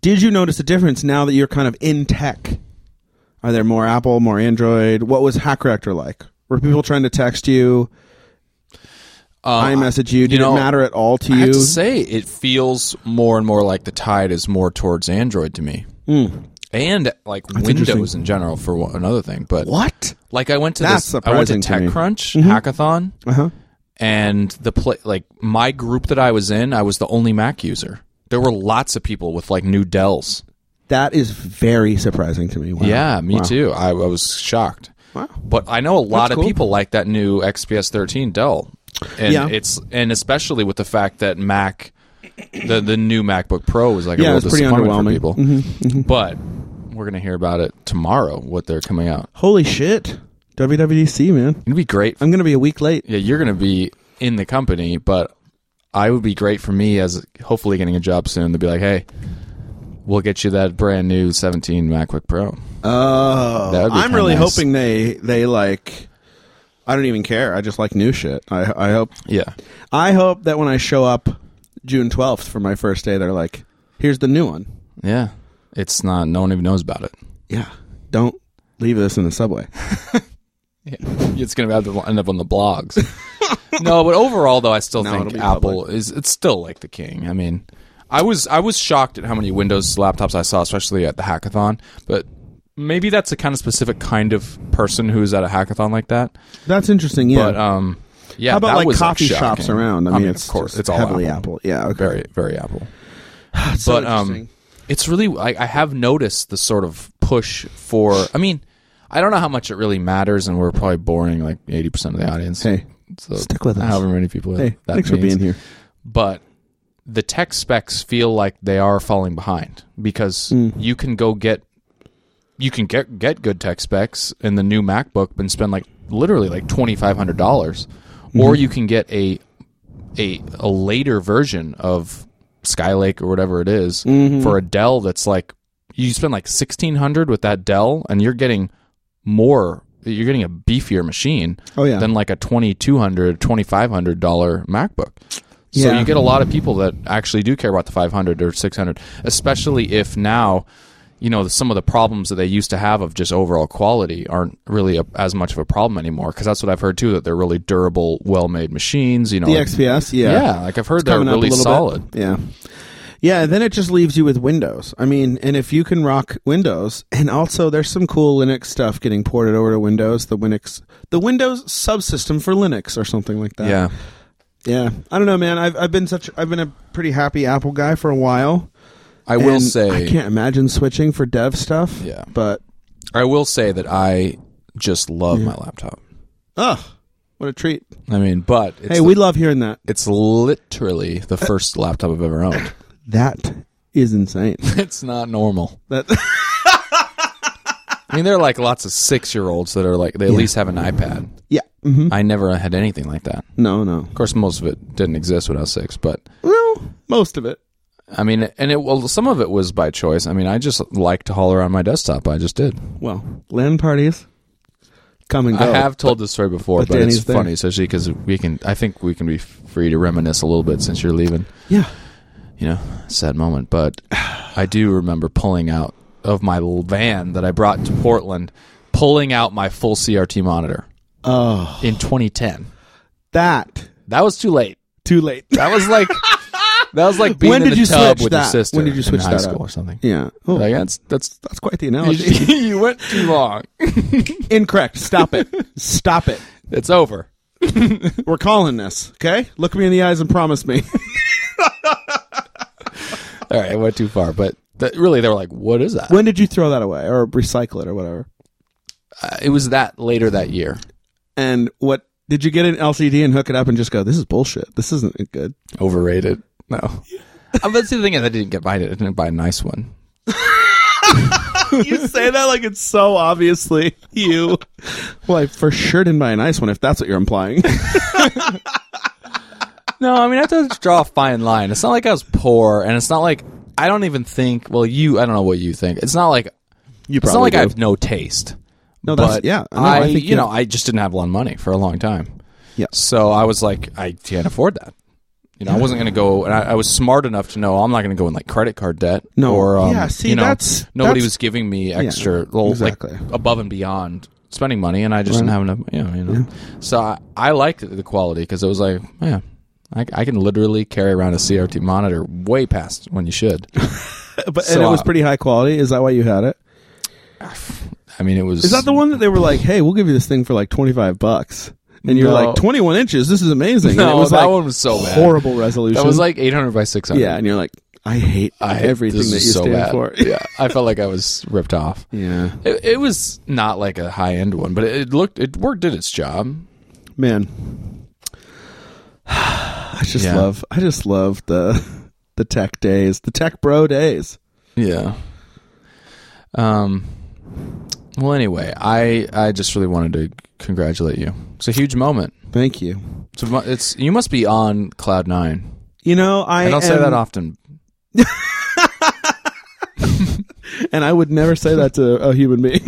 Speaker 1: Did you notice a difference now that you're kind of in tech? Are there more Apple, more Android? What was HackRector like? Were people trying to text you, I message you? Did
Speaker 2: Uh, know,
Speaker 1: it matter at all to
Speaker 2: I
Speaker 1: you?
Speaker 2: have to say, it feels more and more like the tide is more towards Android to me, and like Windows
Speaker 1: Hmm. interesting.
Speaker 2: in general for one, another thing. But
Speaker 1: what?
Speaker 2: like I went to
Speaker 1: That's
Speaker 2: this, I went
Speaker 1: surprising
Speaker 2: to
Speaker 1: to me.
Speaker 2: TechCrunch hackathon,
Speaker 1: Uh huh.
Speaker 2: and the play like my group that I was in, I was the only Mac user. There were lots of people with like new Dells.
Speaker 1: That is very surprising to me. Wow.
Speaker 2: Yeah, me
Speaker 1: Uh-huh. Wow.
Speaker 2: too. I, I was shocked.
Speaker 1: Wow.
Speaker 2: But I know a lot
Speaker 1: That's
Speaker 2: of
Speaker 1: cool.
Speaker 2: people like that new XPS 13 Dell, and
Speaker 1: Yeah.
Speaker 2: it's and especially with the fact that Mac, the the new MacBook Pro was like
Speaker 1: Yeah,
Speaker 2: a real
Speaker 1: it's pretty
Speaker 2: disappointment for
Speaker 1: underwhelming. Mm-hmm.
Speaker 2: people. But we're gonna hear about it tomorrow. What they're coming out,
Speaker 1: Holy shit. WWDC, man.
Speaker 2: it'd be great.
Speaker 1: I'm going to be a week late.
Speaker 2: yeah, you're gonna be in the company, but I would be great for me as hopefully getting a job soon to be like, hey, we'll get you that brand new 17 MacBook Pro.
Speaker 1: Oh.
Speaker 2: That would be
Speaker 1: I'm
Speaker 2: kinda
Speaker 1: really
Speaker 2: nice.
Speaker 1: hoping they, they like, I don't even care. I just like new shit. I, I hope,
Speaker 2: Yeah,
Speaker 1: I hope that when I show up June 12th for my first day, they're like, here's the new one.
Speaker 2: yeah. It's not. No one even knows about it.
Speaker 1: Yeah. Don't leave this in the subway.
Speaker 2: Yeah. It's going to have to end up on the blogs. [LAUGHS] no, but overall though, I still
Speaker 1: No, it'll
Speaker 2: think
Speaker 1: be
Speaker 2: Apple is it's still like the king. I mean, I was I was shocked at how many Windows laptops I saw, especially at the hackathon. But maybe that's a kind of specific kind of person who's at a hackathon like that.
Speaker 1: That's interesting. Yeah.
Speaker 2: But um, yeah,
Speaker 1: How about
Speaker 2: that
Speaker 1: like
Speaker 2: was,
Speaker 1: coffee
Speaker 2: shocking.
Speaker 1: shops around? I mean, it's,
Speaker 2: of course,
Speaker 1: just
Speaker 2: it's all
Speaker 1: heavily
Speaker 2: Apple.
Speaker 1: Apple. Yeah. Okay.
Speaker 2: Very, very Apple.
Speaker 1: That's so
Speaker 2: but um,
Speaker 1: interesting.
Speaker 2: it's really I, I have noticed the sort of push for. I mean, I don't know how much it really matters, and we're probably boring like eighty percent of the audience.
Speaker 1: Hey,
Speaker 2: so
Speaker 1: stick with us.
Speaker 2: However many people.
Speaker 1: hey,
Speaker 2: that
Speaker 1: thanks for
Speaker 2: means.
Speaker 1: being here.
Speaker 2: But the tech specs feel like they are falling behind because
Speaker 1: Hmm.
Speaker 2: you can go get you can get get good tech specs in the new MacBook and spend like literally like twenty five hundred dollars,
Speaker 1: Mm-hmm.
Speaker 2: or you can get a a a later version of Skylake or whatever it is
Speaker 1: Mm-hmm.
Speaker 2: for a Dell that's like you spend like sixteen hundred with that Dell and you're getting more you're getting a beefier machine
Speaker 1: Oh, yeah.
Speaker 2: than like a twenty two hundred twenty five hundred dollar MacBook. So
Speaker 1: Yeah.
Speaker 2: you get a lot of people that actually do care about the 500 or 600, especially if now, you know, some of the problems that they used to have of just overall quality aren't really a, as much of a problem anymore. Because that's what I've heard too that they're really durable, well-made machines. You know,
Speaker 1: The
Speaker 2: like-
Speaker 1: XPS,
Speaker 2: yeah.
Speaker 1: yeah.
Speaker 2: like I've heard they're
Speaker 1: Coming up
Speaker 2: really
Speaker 1: a little
Speaker 2: solid.
Speaker 1: Bit. Yeah. Yeah, and then it just leaves you with Windows. I mean, and if you can rock Windows, and also there's some cool Linux stuff getting ported over to Windows, the Winix, the Windows subsystem for Linux or something like that.
Speaker 2: Yeah,
Speaker 1: yeah. I don't know, man. I've I've been such I've been a pretty happy Apple guy for a while.
Speaker 2: I will
Speaker 1: and
Speaker 2: say
Speaker 1: I can't imagine switching for dev stuff.
Speaker 2: Yeah.
Speaker 1: but
Speaker 2: I will say that I just love my laptop.
Speaker 1: ugh, what a treat!
Speaker 2: I mean, but it's,
Speaker 1: hey, we love hearing that.
Speaker 2: it's literally the first laptop I've ever owned. [LAUGHS]
Speaker 1: That is insane.
Speaker 2: it's not normal.
Speaker 1: [LAUGHS] That [LAUGHS]
Speaker 2: I mean, there are like lots of six year olds that are like, they at least have an iPad.
Speaker 1: yeah, hmm
Speaker 2: I never had anything like that. Of
Speaker 1: no, no,
Speaker 2: course, most of it didn't exist when I was six, but
Speaker 1: well, most of it.
Speaker 2: I mean, and it, well, some of it was by choice. I mean, I just like to haul around my desktop. I just did.
Speaker 1: Well, LAN parties come and
Speaker 2: I
Speaker 1: go.
Speaker 2: have told this story before,
Speaker 1: Oh. but
Speaker 2: but, it's
Speaker 1: Danny's there.
Speaker 2: funny, especially because we can, I think we can be free to reminisce a little bit since you're leaving.
Speaker 1: Yeah.
Speaker 2: you know, sad moment, but I do remember pulling out of my little van that I brought to Portland, pulling out my full CRT monitor
Speaker 1: Oh,
Speaker 2: in 2010.
Speaker 1: that
Speaker 2: That was too late.
Speaker 1: too [LAUGHS] late.
Speaker 2: That was like that was like being
Speaker 1: When
Speaker 2: in
Speaker 1: did
Speaker 2: the
Speaker 1: you
Speaker 2: tub
Speaker 1: switch
Speaker 2: with your
Speaker 1: that?
Speaker 2: sister
Speaker 1: When did you switch
Speaker 2: in high
Speaker 1: that
Speaker 2: school
Speaker 1: up?
Speaker 2: or something.
Speaker 1: yeah. Oh,
Speaker 2: Like that's [LAUGHS] that's
Speaker 1: that's quite the analogy.
Speaker 2: you, you went too long.
Speaker 1: [LAUGHS] Incorrect. Stop it. Stop it.
Speaker 2: It's over.
Speaker 1: We're calling this. Okay. Look me in the eyes and promise me.
Speaker 2: All right, I went too far, but That really, they were like, "What is that?"
Speaker 1: [LAUGHS] When did you throw that away or recycle it or whatever?
Speaker 2: Uh, it was that later that year.
Speaker 1: And what did you get an LCD and hook it up and just go, "This is bullshit. This isn't good." [LAUGHS]
Speaker 2: Overrated. No. Uh, but see, the thing is, I didn't get buy it. I didn't buy a nice one.
Speaker 1: you say that like it's so obviously you. [LAUGHS] well, I for sure didn't buy a nice one if that's what you're
Speaker 2: [LAUGHS]
Speaker 1: implying.
Speaker 2: No, I mean I have to draw a fine line. It's not like I was poor, and it's not like I don't even think. Well, you, I don't know what you think. It's not like
Speaker 1: You
Speaker 2: it's not
Speaker 1: probably
Speaker 2: like I
Speaker 1: do.
Speaker 2: have no taste.
Speaker 1: No, that's- yeah. No, I
Speaker 2: I,
Speaker 1: think
Speaker 2: you
Speaker 1: you-
Speaker 2: know I just didn't have a lot of money for a long time.
Speaker 1: Yeah.
Speaker 2: so I was like I can't afford that. You know, I wasn't going to go, and I, I was smart enough to know I'm not going to go in like credit card debt.
Speaker 1: No.
Speaker 2: or um,
Speaker 1: Yeah, see,
Speaker 2: you know,
Speaker 1: that's-
Speaker 2: nobody
Speaker 1: that's-
Speaker 2: was giving me extra, little,
Speaker 1: exactly.
Speaker 2: like above and beyond spending money, and I just didn't have enough. You know, you know. so I, I liked the quality because it was like, yeah, I, I can literally carry around a CRT monitor way past when you should.
Speaker 1: but and
Speaker 2: So,
Speaker 1: it was
Speaker 2: uh,
Speaker 1: pretty high quality. Is that why you had it?
Speaker 2: I mean, it was
Speaker 1: Is that the one that they were like, "Hey, we'll give you this thing for like twenty five bucks," and you're
Speaker 2: No.
Speaker 1: like, "21 inches, this is amazing." and
Speaker 2: [LAUGHS] No,
Speaker 1: it was
Speaker 2: that
Speaker 1: like
Speaker 2: one was so bad.
Speaker 1: horrible resolution.
Speaker 2: That was like 800 by 600.
Speaker 1: yeah, and you're like, "I hate
Speaker 2: [LAUGHS] I,
Speaker 1: everything
Speaker 2: this
Speaker 1: that you
Speaker 2: is so
Speaker 1: stand
Speaker 2: bad.
Speaker 1: for."
Speaker 2: [LAUGHS] yeah, I felt like I was ripped off.
Speaker 1: yeah,
Speaker 2: It, it was not like a high end one, but it, it looked it worked did its job.
Speaker 1: man. [SIGHS] I just
Speaker 2: Yeah.
Speaker 1: love, I just love the the tech days, the tech bro days.
Speaker 2: Yeah. Um. Well, anyway, I I just really wanted to congratulate you. It's a huge moment.
Speaker 1: Thank you.
Speaker 2: It's, a mo- it's you must be on cloud nine.
Speaker 1: You know, I,
Speaker 2: I don't say
Speaker 1: am-
Speaker 2: that often.
Speaker 1: and I would never say that to a human being.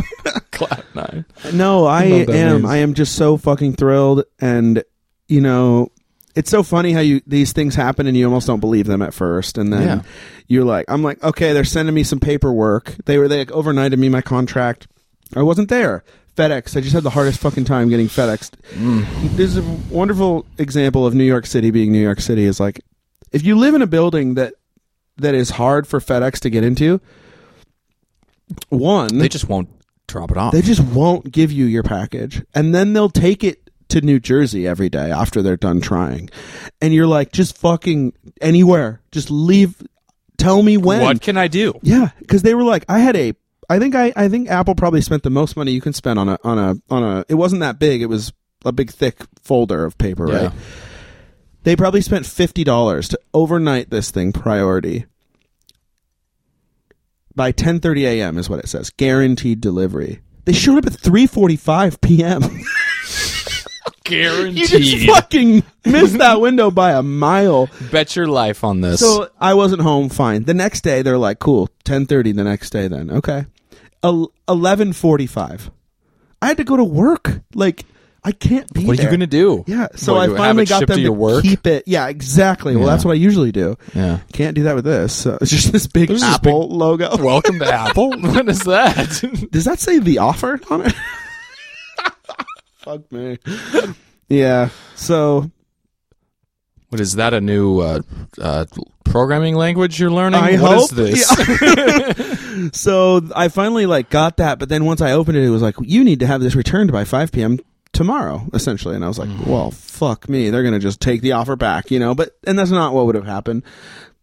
Speaker 2: Cloud nine.
Speaker 1: No, I
Speaker 2: Love that
Speaker 1: am.
Speaker 2: news.
Speaker 1: I am just so fucking thrilled, and you know, it's so funny how you these things happen and you almost don't believe them at first, and then
Speaker 2: Yeah.
Speaker 1: you're like, I'm like, okay, they're sending me some paperwork. They were they like, overnighted me my contract. I wasn't there. FedEx. I just had the hardest fucking time getting FedExed.
Speaker 2: Mm.
Speaker 1: This is a wonderful example of New York City being New York City. Is like, if you live in a building that that is hard for FedEx to get into, one
Speaker 2: They just won't drop it off.
Speaker 1: they just won't give you your package. And then they'll take it to New Jersey every day after they're done trying. And you're like, just fucking anywhere. Just leave. Tell me when.
Speaker 2: what can I do?
Speaker 1: Yeah, because they were like, I had a, I think I, I think Apple probably spent the most money you can spend on a, on a, on a. It wasn't that big. It was a big thick folder of paper,
Speaker 2: Yeah.
Speaker 1: right? They probably spent fifty dollars to overnight this thing priority. By ten thirty a.m. is what it says, guaranteed delivery. They showed up at three forty five p.m. [LAUGHS] you just
Speaker 2: [LAUGHS] Guaranteed.
Speaker 1: fucking missed that window by a mile.
Speaker 2: Bet your life on this.
Speaker 1: So I wasn't home. Fine. The next day, they're like, "Cool, ten thirty the next day." Then okay, eleven forty-five. I had to go to work. Like I can't be.
Speaker 2: what are you
Speaker 1: there.
Speaker 2: gonna do?
Speaker 1: Yeah. So
Speaker 2: What,
Speaker 1: I
Speaker 2: you have
Speaker 1: finally
Speaker 2: it
Speaker 1: got
Speaker 2: shipped
Speaker 1: them
Speaker 2: to
Speaker 1: to,
Speaker 2: your work?
Speaker 1: keep it. Yeah, exactly. Well,
Speaker 2: Yeah.
Speaker 1: that's what I usually do.
Speaker 2: Yeah.
Speaker 1: Can't do that with this. So it's just this big
Speaker 2: There's this
Speaker 1: Apple logo.
Speaker 2: [LAUGHS] Welcome to
Speaker 1: [LAUGHS]
Speaker 2: Apple. what is that?
Speaker 1: Does that say the offer on it? [LAUGHS] Fuck me. Yeah. So
Speaker 2: What is that? A new uh, uh, programming language you're learning? What
Speaker 1: I
Speaker 2: is
Speaker 1: hope.
Speaker 2: this?
Speaker 1: So I finally like got that, but then once I opened it, it was like you need to have this returned by 5 p.m. tomorrow, essentially. And I was like,
Speaker 2: Mm.
Speaker 1: well, fuck me, they're gonna just take the offer back, you know. But and that's not what would have happened.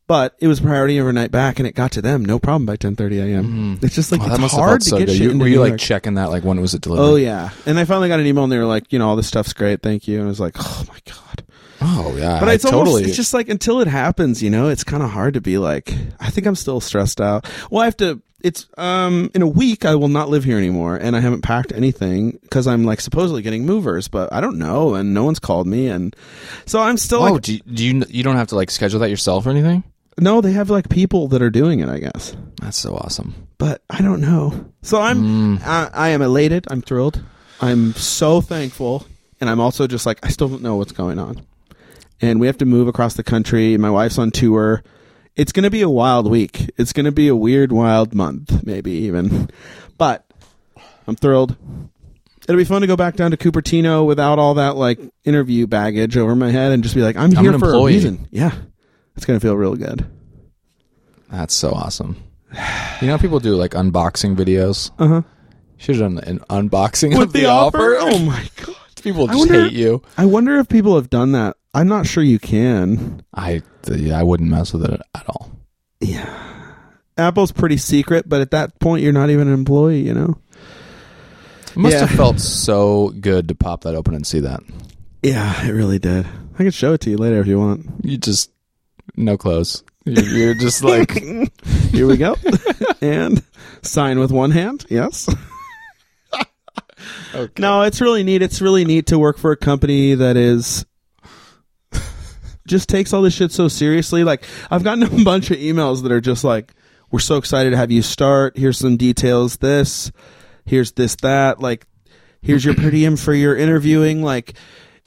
Speaker 1: But it was priority overnight back, and it got to them no problem by 10:30 a.m. It's just like
Speaker 2: Oh,
Speaker 1: it's hard to
Speaker 2: so
Speaker 1: get
Speaker 2: good.
Speaker 1: shit.
Speaker 2: You,
Speaker 1: into
Speaker 2: were you
Speaker 1: New
Speaker 2: like
Speaker 1: York.
Speaker 2: checking that? Like when was it delivered?
Speaker 1: Oh yeah, and I finally got an email, and they were like, you know, all this stuff's great, thank you. And I was like, oh my god.
Speaker 2: Oh, yeah.
Speaker 1: But
Speaker 2: I
Speaker 1: it's
Speaker 2: totally.
Speaker 1: almost it's just like until it happens, you know, it's kind of hard to be like. I think I'm still stressed out. Well, I have to. It's um in a week I will not live here anymore, and I haven't packed anything because I'm like supposedly getting movers, but I don't know, and no one's called me, and so I'm still
Speaker 2: oh,
Speaker 1: like,
Speaker 2: do you, do you you don't have to like schedule that yourself or anything?
Speaker 1: no, they have like people that are doing it, I guess,
Speaker 2: That's so awesome.
Speaker 1: but I don't know. So
Speaker 2: Hmm.
Speaker 1: I'm I, I am elated. I'm thrilled. I'm so thankful, and I'm also just like I still don't know what's going on. and we have to move across the country. My wife's on tour. It's going to be a wild week. It's going to be a weird, wild month, maybe even. But I'm thrilled. It'll be fun to go back down to Cupertino without all that like interview baggage over my head and just be like, I'm,
Speaker 2: I'm
Speaker 1: here
Speaker 2: an
Speaker 1: for
Speaker 2: employee.
Speaker 1: a reason. Yeah, it's going to feel real good.
Speaker 2: That's so awesome. You know, how people do like unboxing videos. Uh [LAUGHS] huh. Should have done an unboxing of the, offer.
Speaker 1: oh my god!
Speaker 2: people
Speaker 1: I
Speaker 2: just
Speaker 1: wonder-
Speaker 2: hate you.
Speaker 1: I wonder if people have done that. I'm not sure you can.
Speaker 2: I yeah, I wouldn't mess with it at all.
Speaker 1: Yeah. Apple's pretty secret, but at that point, you're not even an employee. You know?
Speaker 2: It must
Speaker 1: Yeah.
Speaker 2: have felt so good to pop that open and see that.
Speaker 1: Yeah, it really did. I can show it to you later if you want.
Speaker 2: You just no clothes. You're, you're
Speaker 1: [LAUGHS]
Speaker 2: just [LAUGHS] like
Speaker 1: Here we go. and sign with one hand. Yes.
Speaker 2: Okay.
Speaker 1: No, it's really neat. It's really neat to work for a company that is just takes all this shit so seriously. Like I've gotten a [LAUGHS] bunch of emails that are just like, "We're so excited to have you start. Here's some details. This, here's this that. Like, here's your per diem for your interviewing. Like,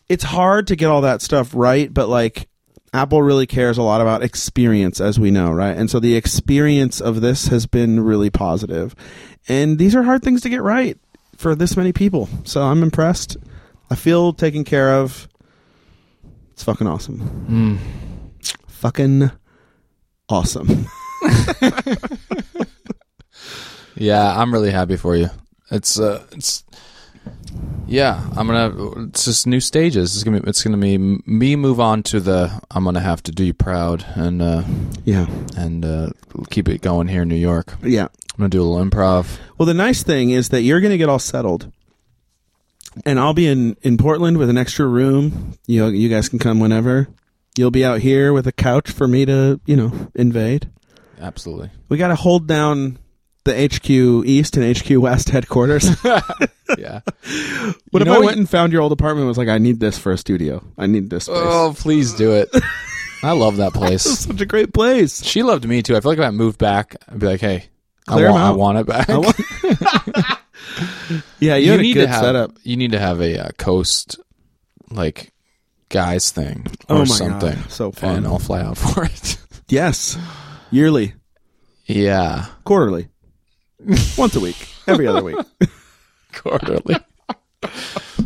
Speaker 1: it's hard to get all that stuff right, but like." Apple really cares a lot about experience, as we know, right? And so the experience of this has been really positive. And these are hard things to get right for this many people. So I'm impressed. I feel taken care of. It's fucking awesome.
Speaker 2: Mm.
Speaker 1: Fucking awesome. [LAUGHS]
Speaker 2: Yeah, I'm really happy for you. It's uh, it's yeah. I'm gonna. It's just new stages. It's gonna be. It's gonna be me move on to the. I'm gonna have to do you proud and uh
Speaker 1: Yeah.
Speaker 2: and uh keep it going here in New York.
Speaker 1: Yeah.
Speaker 2: I'm gonna do a little improv.
Speaker 1: Well, the nice thing is that you're going to get all settled. And I'll be in, in Portland with an extra room. You know, you guys can come whenever. You'll be out here with a couch for me to, you know, invade.
Speaker 2: Absolutely.
Speaker 1: We got to hold down the HQ East and HQ West headquarters.
Speaker 2: Yeah.
Speaker 1: [LAUGHS] what
Speaker 2: You
Speaker 1: if
Speaker 2: know
Speaker 1: I
Speaker 2: what
Speaker 1: went and found your old apartment and was like, I need this for a studio. I need this space.
Speaker 2: Oh, please do it. I love that
Speaker 1: This is [LAUGHS]
Speaker 2: place.
Speaker 1: such a great place.
Speaker 2: She loved me too. I feel like if I moved back, I'd be like, hey,
Speaker 1: Clear
Speaker 2: I
Speaker 1: 'em
Speaker 2: want, I
Speaker 1: out.
Speaker 2: want it back.
Speaker 1: I want- yeah, you, had a good
Speaker 2: have,
Speaker 1: setup.
Speaker 2: You need to have a uh, coast like guys thing or something,
Speaker 1: Oh so
Speaker 2: and
Speaker 1: fun!
Speaker 2: I'll fly out for it. [LAUGHS]
Speaker 1: yes, yearly,
Speaker 2: yeah,
Speaker 1: quarterly, once a week, every other week. [LAUGHS]
Speaker 2: quarterly.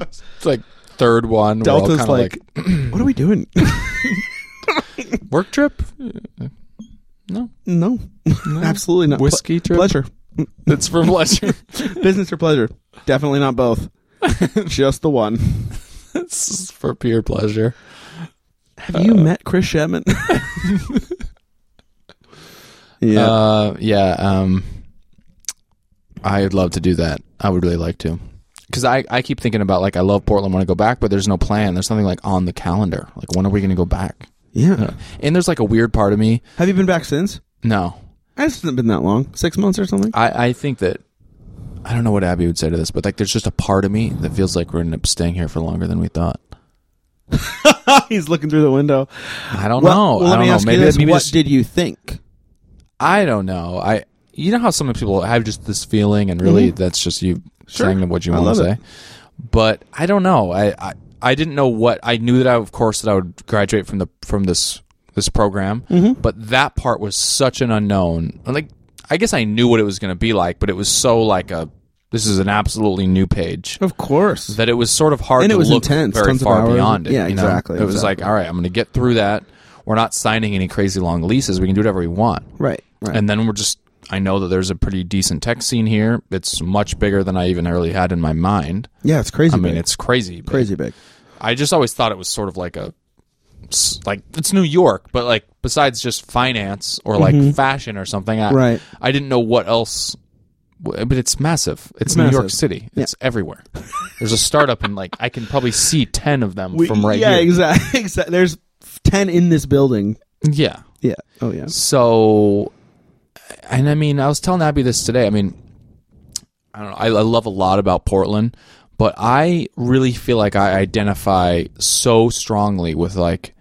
Speaker 2: it's like third one. we're all
Speaker 1: Delta's
Speaker 2: kinda
Speaker 1: like, [CLEARS THROAT] what are we doing?
Speaker 2: like work trip. No,
Speaker 1: no, absolutely not. Ple-
Speaker 2: whiskey
Speaker 1: [LAUGHS]
Speaker 2: trip.
Speaker 1: pleasure,
Speaker 2: It's for pleasure.
Speaker 1: [LAUGHS] business or pleasure? Definitely not [LAUGHS] both. Just the one.
Speaker 2: it's for pure pleasure.
Speaker 1: Have you met Chris [LAUGHS] Uh, Shetman? yeah,
Speaker 2: Uh, yeah. Um, I'd love to do that. I would really like to. Because I, I keep thinking about like I love Portland want to go back, but there's no plan. There's nothing like on the calendar. Like when are we going to go back?
Speaker 1: yeah.
Speaker 2: And there's like a weird part of me.
Speaker 1: Have you been back since?
Speaker 2: No,
Speaker 1: It hasn't been that long. Six months or something.
Speaker 2: I, I think that I don't know what Abby would say to this, but like there's just a part of me that feels like we're gonna end up staying here for longer than we thought.
Speaker 1: [LAUGHS] He's looking through the window.
Speaker 2: I don't
Speaker 1: Well,
Speaker 2: know.
Speaker 1: well,
Speaker 2: I
Speaker 1: let
Speaker 2: don't
Speaker 1: me
Speaker 2: know.
Speaker 1: ask
Speaker 2: maybe
Speaker 1: you this:
Speaker 2: maybe
Speaker 1: What
Speaker 2: it's-
Speaker 1: did you think?
Speaker 2: I don't know. I you know how some people have just this feeling, and really that's just you
Speaker 1: Mm-hmm. Sure.
Speaker 2: saying what you
Speaker 1: I
Speaker 2: want to
Speaker 1: love
Speaker 2: say.
Speaker 1: it.
Speaker 2: But I don't know. I, I I didn't know what I knew that I of course that I would graduate from the from this this program,
Speaker 1: Mm-hmm.
Speaker 2: but that part was such an unknown. And, Like I guess I knew what it was going to be like, but it was so like a this is an absolutely new page
Speaker 1: Of course.
Speaker 2: that it was sort of hard
Speaker 1: And it
Speaker 2: to
Speaker 1: was
Speaker 2: look
Speaker 1: intense,
Speaker 2: very
Speaker 1: tons of
Speaker 2: far
Speaker 1: hours.
Speaker 2: beyond it.
Speaker 1: Yeah,
Speaker 2: you know?
Speaker 1: exactly,
Speaker 2: It was
Speaker 1: exactly.
Speaker 2: like, all right, I'm going to get through that. We're not signing any crazy long leases. We can do whatever we want.
Speaker 1: Right. Right.
Speaker 2: And then we're just, I know that there's a pretty decent tech scene here. It's much bigger than I even really had in my mind.
Speaker 1: yeah, it's crazy.
Speaker 2: I mean,
Speaker 1: big.
Speaker 2: it's crazy. but
Speaker 1: crazy big.
Speaker 2: I just always thought it was sort of like a, s- like it's New York, but like besides just finance or like fashion or something, I,
Speaker 1: Mm-hmm. Right.
Speaker 2: I didn't know what else. w- But it's massive. It's, New York
Speaker 1: massive.
Speaker 2: City. It's everywhere. There's a startup, and like I can probably see ten of them from right
Speaker 1: yeah,
Speaker 2: here.
Speaker 1: [LAUGHS] exactly. There's ten in this building.
Speaker 2: yeah.
Speaker 1: Yeah. Oh yeah.
Speaker 2: So, and I mean, I was telling Abby this today. I mean, I don't know. I, I love a lot about Portland, but I really feel like I identify so strongly with like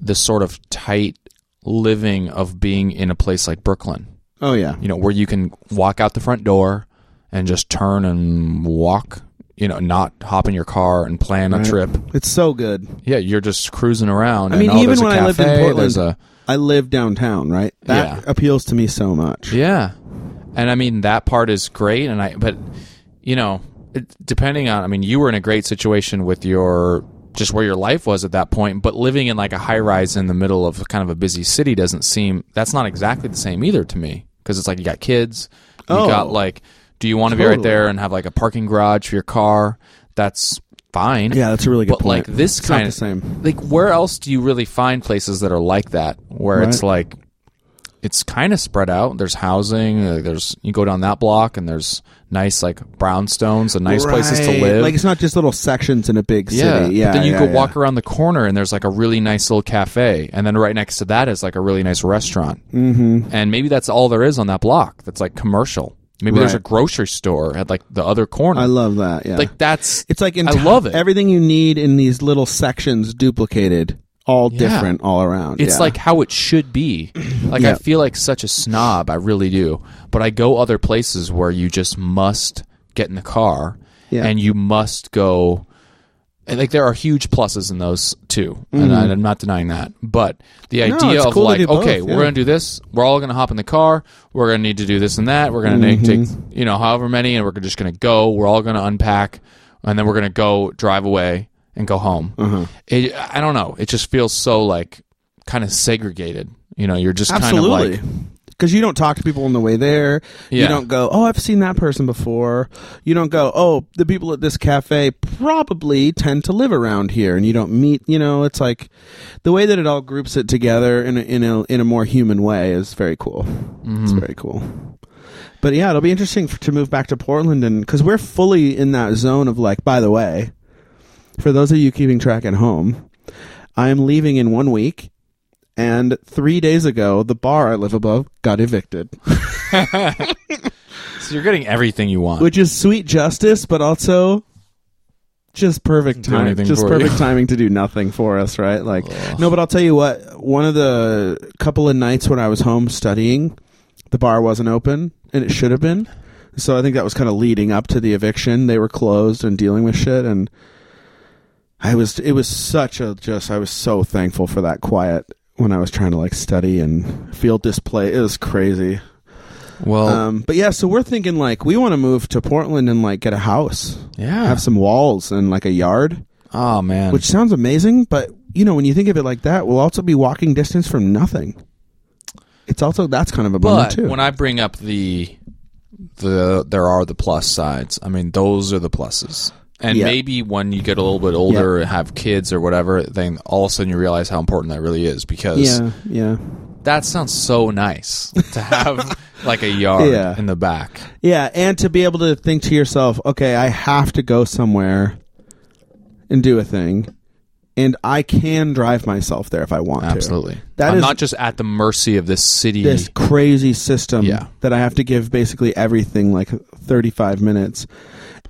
Speaker 2: the sort of tight living of being in a place like Brooklyn.
Speaker 1: Oh yeah.
Speaker 2: You know, where you can walk out the front door and just turn and walk. You know, not hop in your car and plan a
Speaker 1: Right.
Speaker 2: trip.
Speaker 1: It's so good.
Speaker 2: Yeah, you're just cruising around.
Speaker 1: I mean,
Speaker 2: and, oh,
Speaker 1: even
Speaker 2: there's a
Speaker 1: when I lived in
Speaker 2: cafe,
Speaker 1: Portland-
Speaker 2: there's a
Speaker 1: I live downtown, right? That
Speaker 2: Yeah.
Speaker 1: appeals to me so much.
Speaker 2: Yeah, and I mean that part is great, and I but you know it, depending on I mean you were in a great situation with your just where your life was at that point, but living in like a high rise in the middle of kind of a busy city doesn't seem that's not exactly the same either to me because it's like you got kids, you
Speaker 1: Oh.
Speaker 2: got like do you want to be right
Speaker 1: Totally.
Speaker 2: there and have like a parking garage for your car? That's fine.
Speaker 1: Yeah, that's a really good
Speaker 2: But
Speaker 1: point.
Speaker 2: like this
Speaker 1: it's
Speaker 2: kind
Speaker 1: not the
Speaker 2: of
Speaker 1: same.
Speaker 2: like where else do you really find places that are like that where it's like it's kind of spread out. There's housing. uh, There's you go down that block, and there's nice like brownstones and nice places to
Speaker 1: Right.
Speaker 2: live.
Speaker 1: Like it's not just little sections in a big city.
Speaker 2: yeah,
Speaker 1: Yeah, yeah.
Speaker 2: But then you
Speaker 1: yeah,
Speaker 2: go walk around the corner, and there's like a really nice little cafe, and then right next to that is like a really nice restaurant. Mm-hmm. And maybe that's all there is on that block. That's like commercial. Maybe there's
Speaker 1: Right.
Speaker 2: a grocery store at like the other corner.
Speaker 1: I love that. Yeah,
Speaker 2: like that's
Speaker 1: it's like
Speaker 2: I
Speaker 1: enti-
Speaker 2: love it.
Speaker 1: Everything you need in these little sections duplicated, all different all around.
Speaker 2: It's
Speaker 1: Yeah.
Speaker 2: like how it
Speaker 1: [CLEARS THROAT]
Speaker 2: should be. Like I
Speaker 1: Yeah.
Speaker 2: feel like such a snob, I really do. But I go other places where you just must get in the car
Speaker 1: Yeah.
Speaker 2: and you must go and like there are huge pluses in those too. And I, I'm not denying that. But the
Speaker 1: Mm-hmm. No,
Speaker 2: idea
Speaker 1: it's
Speaker 2: of
Speaker 1: cool to
Speaker 2: like,
Speaker 1: do both,
Speaker 2: okay,
Speaker 1: yeah.
Speaker 2: we're gonna do this, we're all gonna hop in the car, we're gonna need to do this and that, we're gonna
Speaker 1: Mm-hmm.
Speaker 2: take, take you know, however many and we're just gonna go, we're all gonna unpack and then we're gonna go drive away and go home.
Speaker 1: Uh-huh.
Speaker 2: It, I don't know. It just feels so like kind of segregated. You know, you're just kind of
Speaker 1: absolutely.
Speaker 2: like
Speaker 1: because you don't talk to people on the way there.
Speaker 2: Yeah.
Speaker 1: You don't go, oh, I've seen that person before. You don't go, oh, the people at this cafe probably tend to live around here, and you don't meet. You know, it's like the way that it all groups it together in a, in a in a more human way is very cool. It's
Speaker 2: Mm-hmm.
Speaker 1: very cool. But yeah, it'll be interesting for, to move back to Portland, and because we're fully in that zone of like. By the way, for those of you keeping track at home, I am leaving in one week. And three days ago, the bar I live above got evicted,
Speaker 2: so you're getting everything you want.
Speaker 1: which is sweet justice, but also just perfect
Speaker 2: Do
Speaker 1: time,
Speaker 2: anything
Speaker 1: just
Speaker 2: for
Speaker 1: perfect
Speaker 2: you.
Speaker 1: timing to do nothing for us, right? Like, no, but I'll tell you what. One of the couple of nights when I was home studying, the bar wasn't open, and it should have been. So I think that was kind of leading up to the eviction. They were closed and dealing with shit, and I was it was such a just I was so thankful for that quiet when I was trying to like study and feel display. It was crazy.
Speaker 2: well,
Speaker 1: Um, but yeah, so we're thinking like we want to move to Portland and like get a house,
Speaker 2: yeah.
Speaker 1: have some walls and like a yard,
Speaker 2: oh man.
Speaker 1: which sounds amazing. But you know, when you think of it like that, we'll also be walking distance from nothing. It's also that's kind of a bummer
Speaker 2: but
Speaker 1: too.
Speaker 2: when I bring up the the there are the plus sides. I mean, those are the pluses. And
Speaker 1: Yeah.
Speaker 2: maybe when you get a little bit older and have kids or whatever, then all of a sudden you realize how important that really is because
Speaker 1: yeah, yeah,
Speaker 2: that sounds so nice to
Speaker 1: [LAUGHS]
Speaker 2: have like a yard
Speaker 1: Yeah.
Speaker 2: in the back.
Speaker 1: yeah, and to be able to think to yourself, okay, I have to go somewhere and do a thing, and I can drive myself there if I want to.
Speaker 2: Absolutely.
Speaker 1: That
Speaker 2: I'm
Speaker 1: is-
Speaker 2: not just at the mercy of this city.
Speaker 1: this crazy system
Speaker 2: Mm-hmm. Yeah.
Speaker 1: that I have to give basically everything like 35 minutes.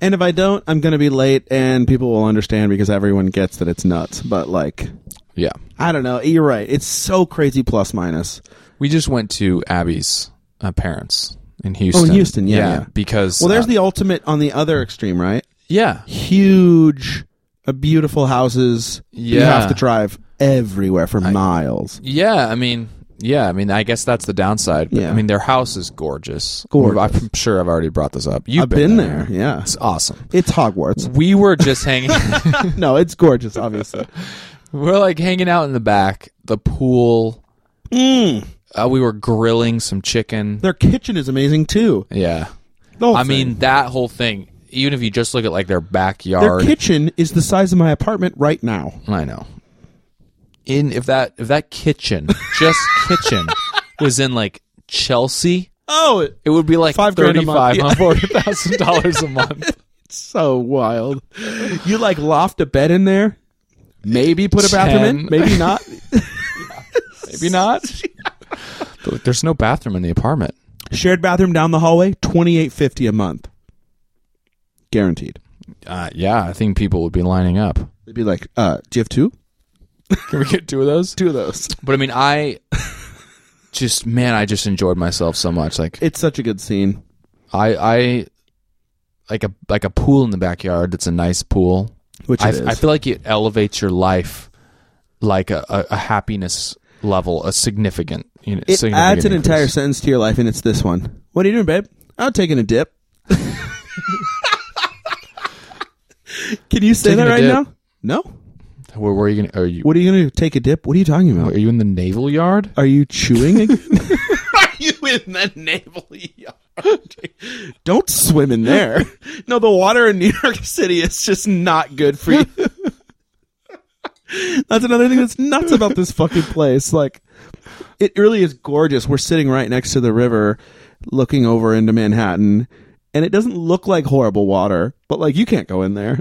Speaker 1: And if I don't, I'm going to be late and people will understand because everyone gets that it's nuts. But like,
Speaker 2: yeah.
Speaker 1: I don't know. You're right. It's so crazy plus minus.
Speaker 2: We just went to Abby's uh, parents in Houston.
Speaker 1: Oh, Houston, yeah, yeah.
Speaker 2: Because
Speaker 1: Well, there's
Speaker 2: uh,
Speaker 1: the ultimate on the other extreme, right?
Speaker 2: yeah,
Speaker 1: Huge, uh, beautiful houses. You
Speaker 2: Yeah.
Speaker 1: have to drive everywhere for miles.
Speaker 2: yeah. I mean, yeah. I mean, I guess that's the downside. But,
Speaker 1: Yeah.
Speaker 2: I mean, their house is gorgeous.
Speaker 1: Gorgeous.
Speaker 2: I'm sure I've already brought this up. You've
Speaker 1: I've been, there. Yeah.
Speaker 2: It's awesome.
Speaker 1: It's
Speaker 2: [LAUGHS]
Speaker 1: Hogwarts.
Speaker 2: We were just hanging. [LAUGHS]
Speaker 1: no, it's gorgeous, obviously.
Speaker 2: we're like hanging out in the back, the pool.
Speaker 1: Mm.
Speaker 2: Uh, we were grilling some chicken.
Speaker 1: Their kitchen is amazing too.
Speaker 2: Yeah.
Speaker 1: The whole
Speaker 2: I
Speaker 1: thing.
Speaker 2: mean, that whole thing. Even if you just look at like their
Speaker 1: Their
Speaker 2: backyard,
Speaker 1: kitchen is the size of my apartment right now.
Speaker 2: I know. In if that if that kitchen,
Speaker 1: [LAUGHS]
Speaker 2: just kitchen, was in like Chelsea,
Speaker 1: Oh,
Speaker 2: it would be like
Speaker 1: Five grand a month, yeah.
Speaker 2: forty thousand dollars a [LAUGHS] month.
Speaker 1: it's so wild. You like loft a bed in there? Maybe put a bathroom in,
Speaker 2: Ten.
Speaker 1: maybe not.
Speaker 2: Maybe [LAUGHS] not. But, like, there's no bathroom in the apartment.
Speaker 1: Shared bathroom down the hallway, 28.50 a month. Guaranteed.
Speaker 2: Uh, yeah, I think people would be lining up.
Speaker 1: They'd be like, "Uh, do you have two?
Speaker 2: Can we get two of those?
Speaker 1: Two of those."
Speaker 2: But I mean, I just man, I just enjoyed myself so much. Like
Speaker 1: It's such a good scene.
Speaker 2: I I like a like a pool in the backyard. That's a nice pool.
Speaker 1: Which it
Speaker 2: I,
Speaker 1: is.
Speaker 2: I feel like it elevates your life like a, a, a happiness level, a significant. You know,
Speaker 1: it
Speaker 2: significant
Speaker 1: adds an
Speaker 2: increase.
Speaker 1: entire sentence to your life, and it's this one. What are you doing, babe? I'm taking a [LAUGHS] dip. Can you say
Speaker 2: Taking
Speaker 1: that
Speaker 2: a
Speaker 1: right
Speaker 2: dip.
Speaker 1: now? No.
Speaker 2: Where, where are you going? Are you
Speaker 1: What are you going to take a dip? What are you talking about?
Speaker 2: are you in the naval yard?
Speaker 1: Are you
Speaker 2: [LAUGHS]
Speaker 1: chewing again?
Speaker 2: Are you in the naval yard?
Speaker 1: Don't swim in there. No, the water in New York City is just not good for you. [LAUGHS] That's another thing that's nuts about this fucking place. Like, it really is gorgeous. We're sitting right next to the river, looking over into Manhattan, and it doesn't look like horrible water, but like you can't go in
Speaker 2: [LAUGHS]
Speaker 1: there.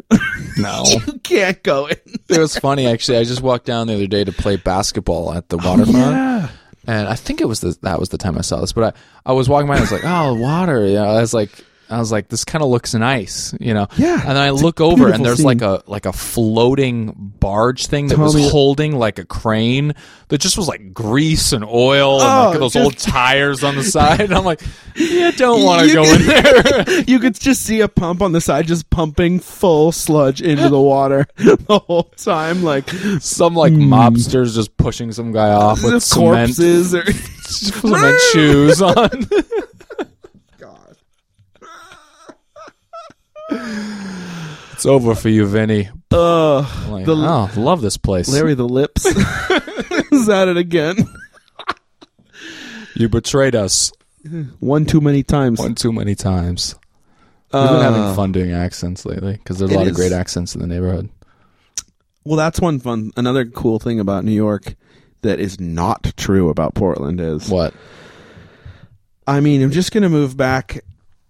Speaker 2: No.
Speaker 1: you can't go in.
Speaker 2: it was funny actually. I just walked down the other day to play basketball at
Speaker 1: Oh,
Speaker 2: the water park. and I think it was the, that was the time I saw this. But I, I was walking by and I was like, oh, water. You know, I was like, I was like, this kind of looks nice, you know.
Speaker 1: Yeah,
Speaker 2: And then I
Speaker 1: it's a
Speaker 2: look over and
Speaker 1: beautiful
Speaker 2: there's
Speaker 1: scene.
Speaker 2: like a like a floating barge thing that
Speaker 1: Totally.
Speaker 2: was holding like a crane that just was like grease and oil and
Speaker 1: Oh,
Speaker 2: like those
Speaker 1: just-
Speaker 2: old tires on the side. And I'm like, yeah, don't want to
Speaker 1: You
Speaker 2: go
Speaker 1: can-
Speaker 2: in there. [LAUGHS]
Speaker 1: [LAUGHS] You could just see a pump on the side just pumping full sludge into the water [LAUGHS] the whole time, like
Speaker 2: Some like mobsters just pushing some guy off with cement,
Speaker 1: Hmm. corpses or
Speaker 2: cement shoes on.
Speaker 1: God.
Speaker 2: it's over for you, Vinny.
Speaker 1: Ugh.
Speaker 2: I'm like,
Speaker 1: The-
Speaker 2: oh, love this place.
Speaker 1: Larry the
Speaker 2: [LAUGHS]
Speaker 1: Lips is at it again.
Speaker 2: You betrayed us.
Speaker 1: One too many times. Uh,
Speaker 2: One too many times. We've been having fun doing accents lately because there's a
Speaker 1: It
Speaker 2: lot
Speaker 1: is.
Speaker 2: of great accents in the neighborhood.
Speaker 1: Well, that's one fun. Another cool thing about New York that is not true about Portland is
Speaker 2: What?
Speaker 1: I mean, I'm just going to move back.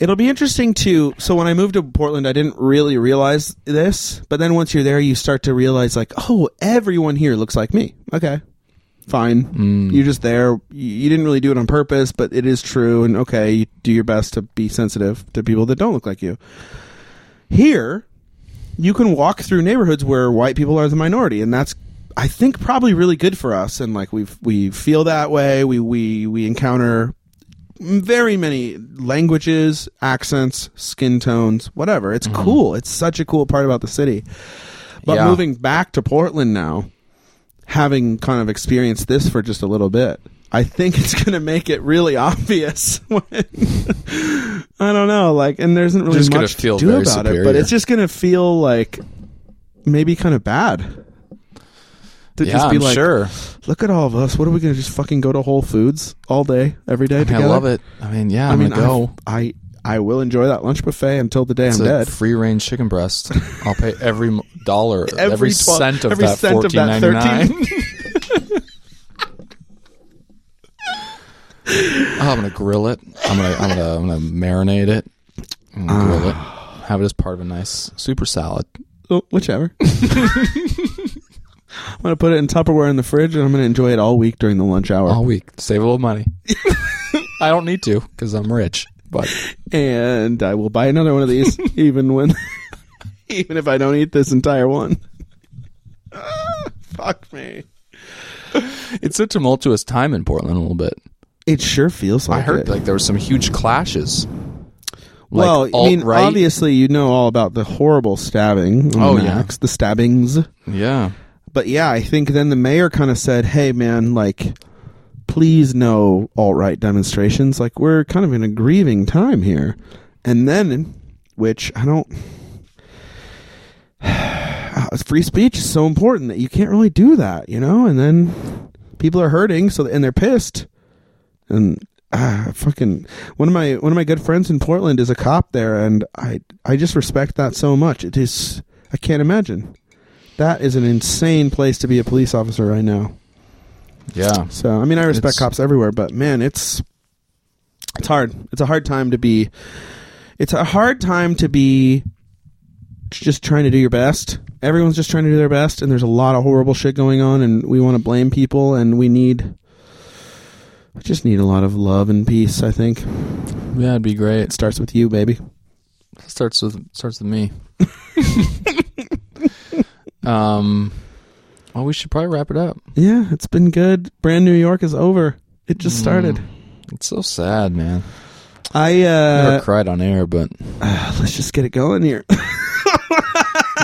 Speaker 1: It'll be interesting to. So when I moved to Portland, I didn't really realize this, but then once you're there, you start to realize like, oh, everyone here looks like me. Okay, fine. You're just there. You, you didn't really do it on purpose, but it is true. And okay, you do your best to be sensitive to people that don't look like you. Here, you can walk through neighborhoods where white people are the minority, and that's I think probably really good for us. And like we've we feel that way. We we we encounter very many languages, accents, skin tones, whatever. It's cool. It's such a cool part about the city. But
Speaker 2: Yeah.
Speaker 1: moving back to Portland now, having kind of experienced this for just a little bit, I think it's going to make it really [LAUGHS] obvious. When, I don't know, like, and there isn't really
Speaker 2: Just gonna
Speaker 1: much
Speaker 2: feel
Speaker 1: to do
Speaker 2: very
Speaker 1: about it, but
Speaker 2: superior.
Speaker 1: it's just going to feel like maybe kind of bad. To
Speaker 2: Yeah,
Speaker 1: just be
Speaker 2: I'm
Speaker 1: like,
Speaker 2: sure.
Speaker 1: look at all of us. What are we going to just fucking go to Whole Foods all day, every day
Speaker 2: I, mean, I
Speaker 1: together?
Speaker 2: love it. I mean, yeah, I'm gonna go.
Speaker 1: I've- I I will enjoy that lunch buffet until the day
Speaker 2: It's
Speaker 1: I'm
Speaker 2: a
Speaker 1: dead.
Speaker 2: free range chicken breast. I'll pay every m- dollar, every,
Speaker 1: twelve-
Speaker 2: cent of
Speaker 1: every
Speaker 2: that
Speaker 1: cent of
Speaker 2: fourteen
Speaker 1: that
Speaker 2: ninety nine.
Speaker 1: 13.
Speaker 2: Oh, I'm gonna grill it. I'm gonna, I'm gonna, I'm gonna marinate it. I'm gonna grill it.
Speaker 1: Ah.
Speaker 2: Have it as part of a nice super salad.
Speaker 1: [LAUGHS] Oh, whichever. [LAUGHS] I'm gonna put it in Tupperware in the fridge, and I'm gonna enjoy it all week during the lunch hour.
Speaker 2: all week. Save a
Speaker 1: [LAUGHS]
Speaker 2: little money. I don't need to because I'm rich. But
Speaker 1: And I will buy another one of
Speaker 2: [LAUGHS]
Speaker 1: these, even when, [LAUGHS] even if I don't eat this entire one. Ah, fuck me.
Speaker 2: it's a tumultuous time in Portland a little bit.
Speaker 1: It sure feels like
Speaker 2: I heard
Speaker 1: it.
Speaker 2: like there were some huge clashes. Like,
Speaker 1: well, I mean,
Speaker 2: alt-right-
Speaker 1: obviously you know all about the horrible stabbing. on
Speaker 2: Oh,
Speaker 1: the
Speaker 2: yeah.
Speaker 1: Max, the stabbings.
Speaker 2: Yeah.
Speaker 1: but yeah, I think then the mayor kind of said, "Hey, man, like, please no alt right demonstrations. Like, we're kind of in a grieving time here." And then, which I don't, [SIGHS] Ah, free speech is so important that you can't really do that, you know. And then people are hurting, so and they're pissed, and. Ah, fucking one of my one of my good friends in Portland is a cop there, and I I just respect that so much. It is I can't imagine. That is an insane place to be a police officer right now.
Speaker 2: Yeah.
Speaker 1: So, I mean, I respect
Speaker 2: It's-
Speaker 1: cops everywhere, but man, it's it's hard. It's a hard time to be. It's a hard time to be just trying to do your best. Everyone's just trying to do their best, and there's a lot of horrible shit going on, and we want to blame people, and we need. We just need a lot of love and peace. I think it
Speaker 2: Yeah, it'd be great.
Speaker 1: starts with you, baby.
Speaker 2: Starts with starts with
Speaker 1: [LAUGHS]
Speaker 2: me. um well we should probably wrap it up.
Speaker 1: Yeah, it's been good. Brand New York is over. It just started.
Speaker 2: It's so sad, man.
Speaker 1: I
Speaker 2: I
Speaker 1: uh,
Speaker 2: never cried on
Speaker 1: [LAUGHS]
Speaker 2: air, but
Speaker 1: uh [SIGHS] let's just get it going here.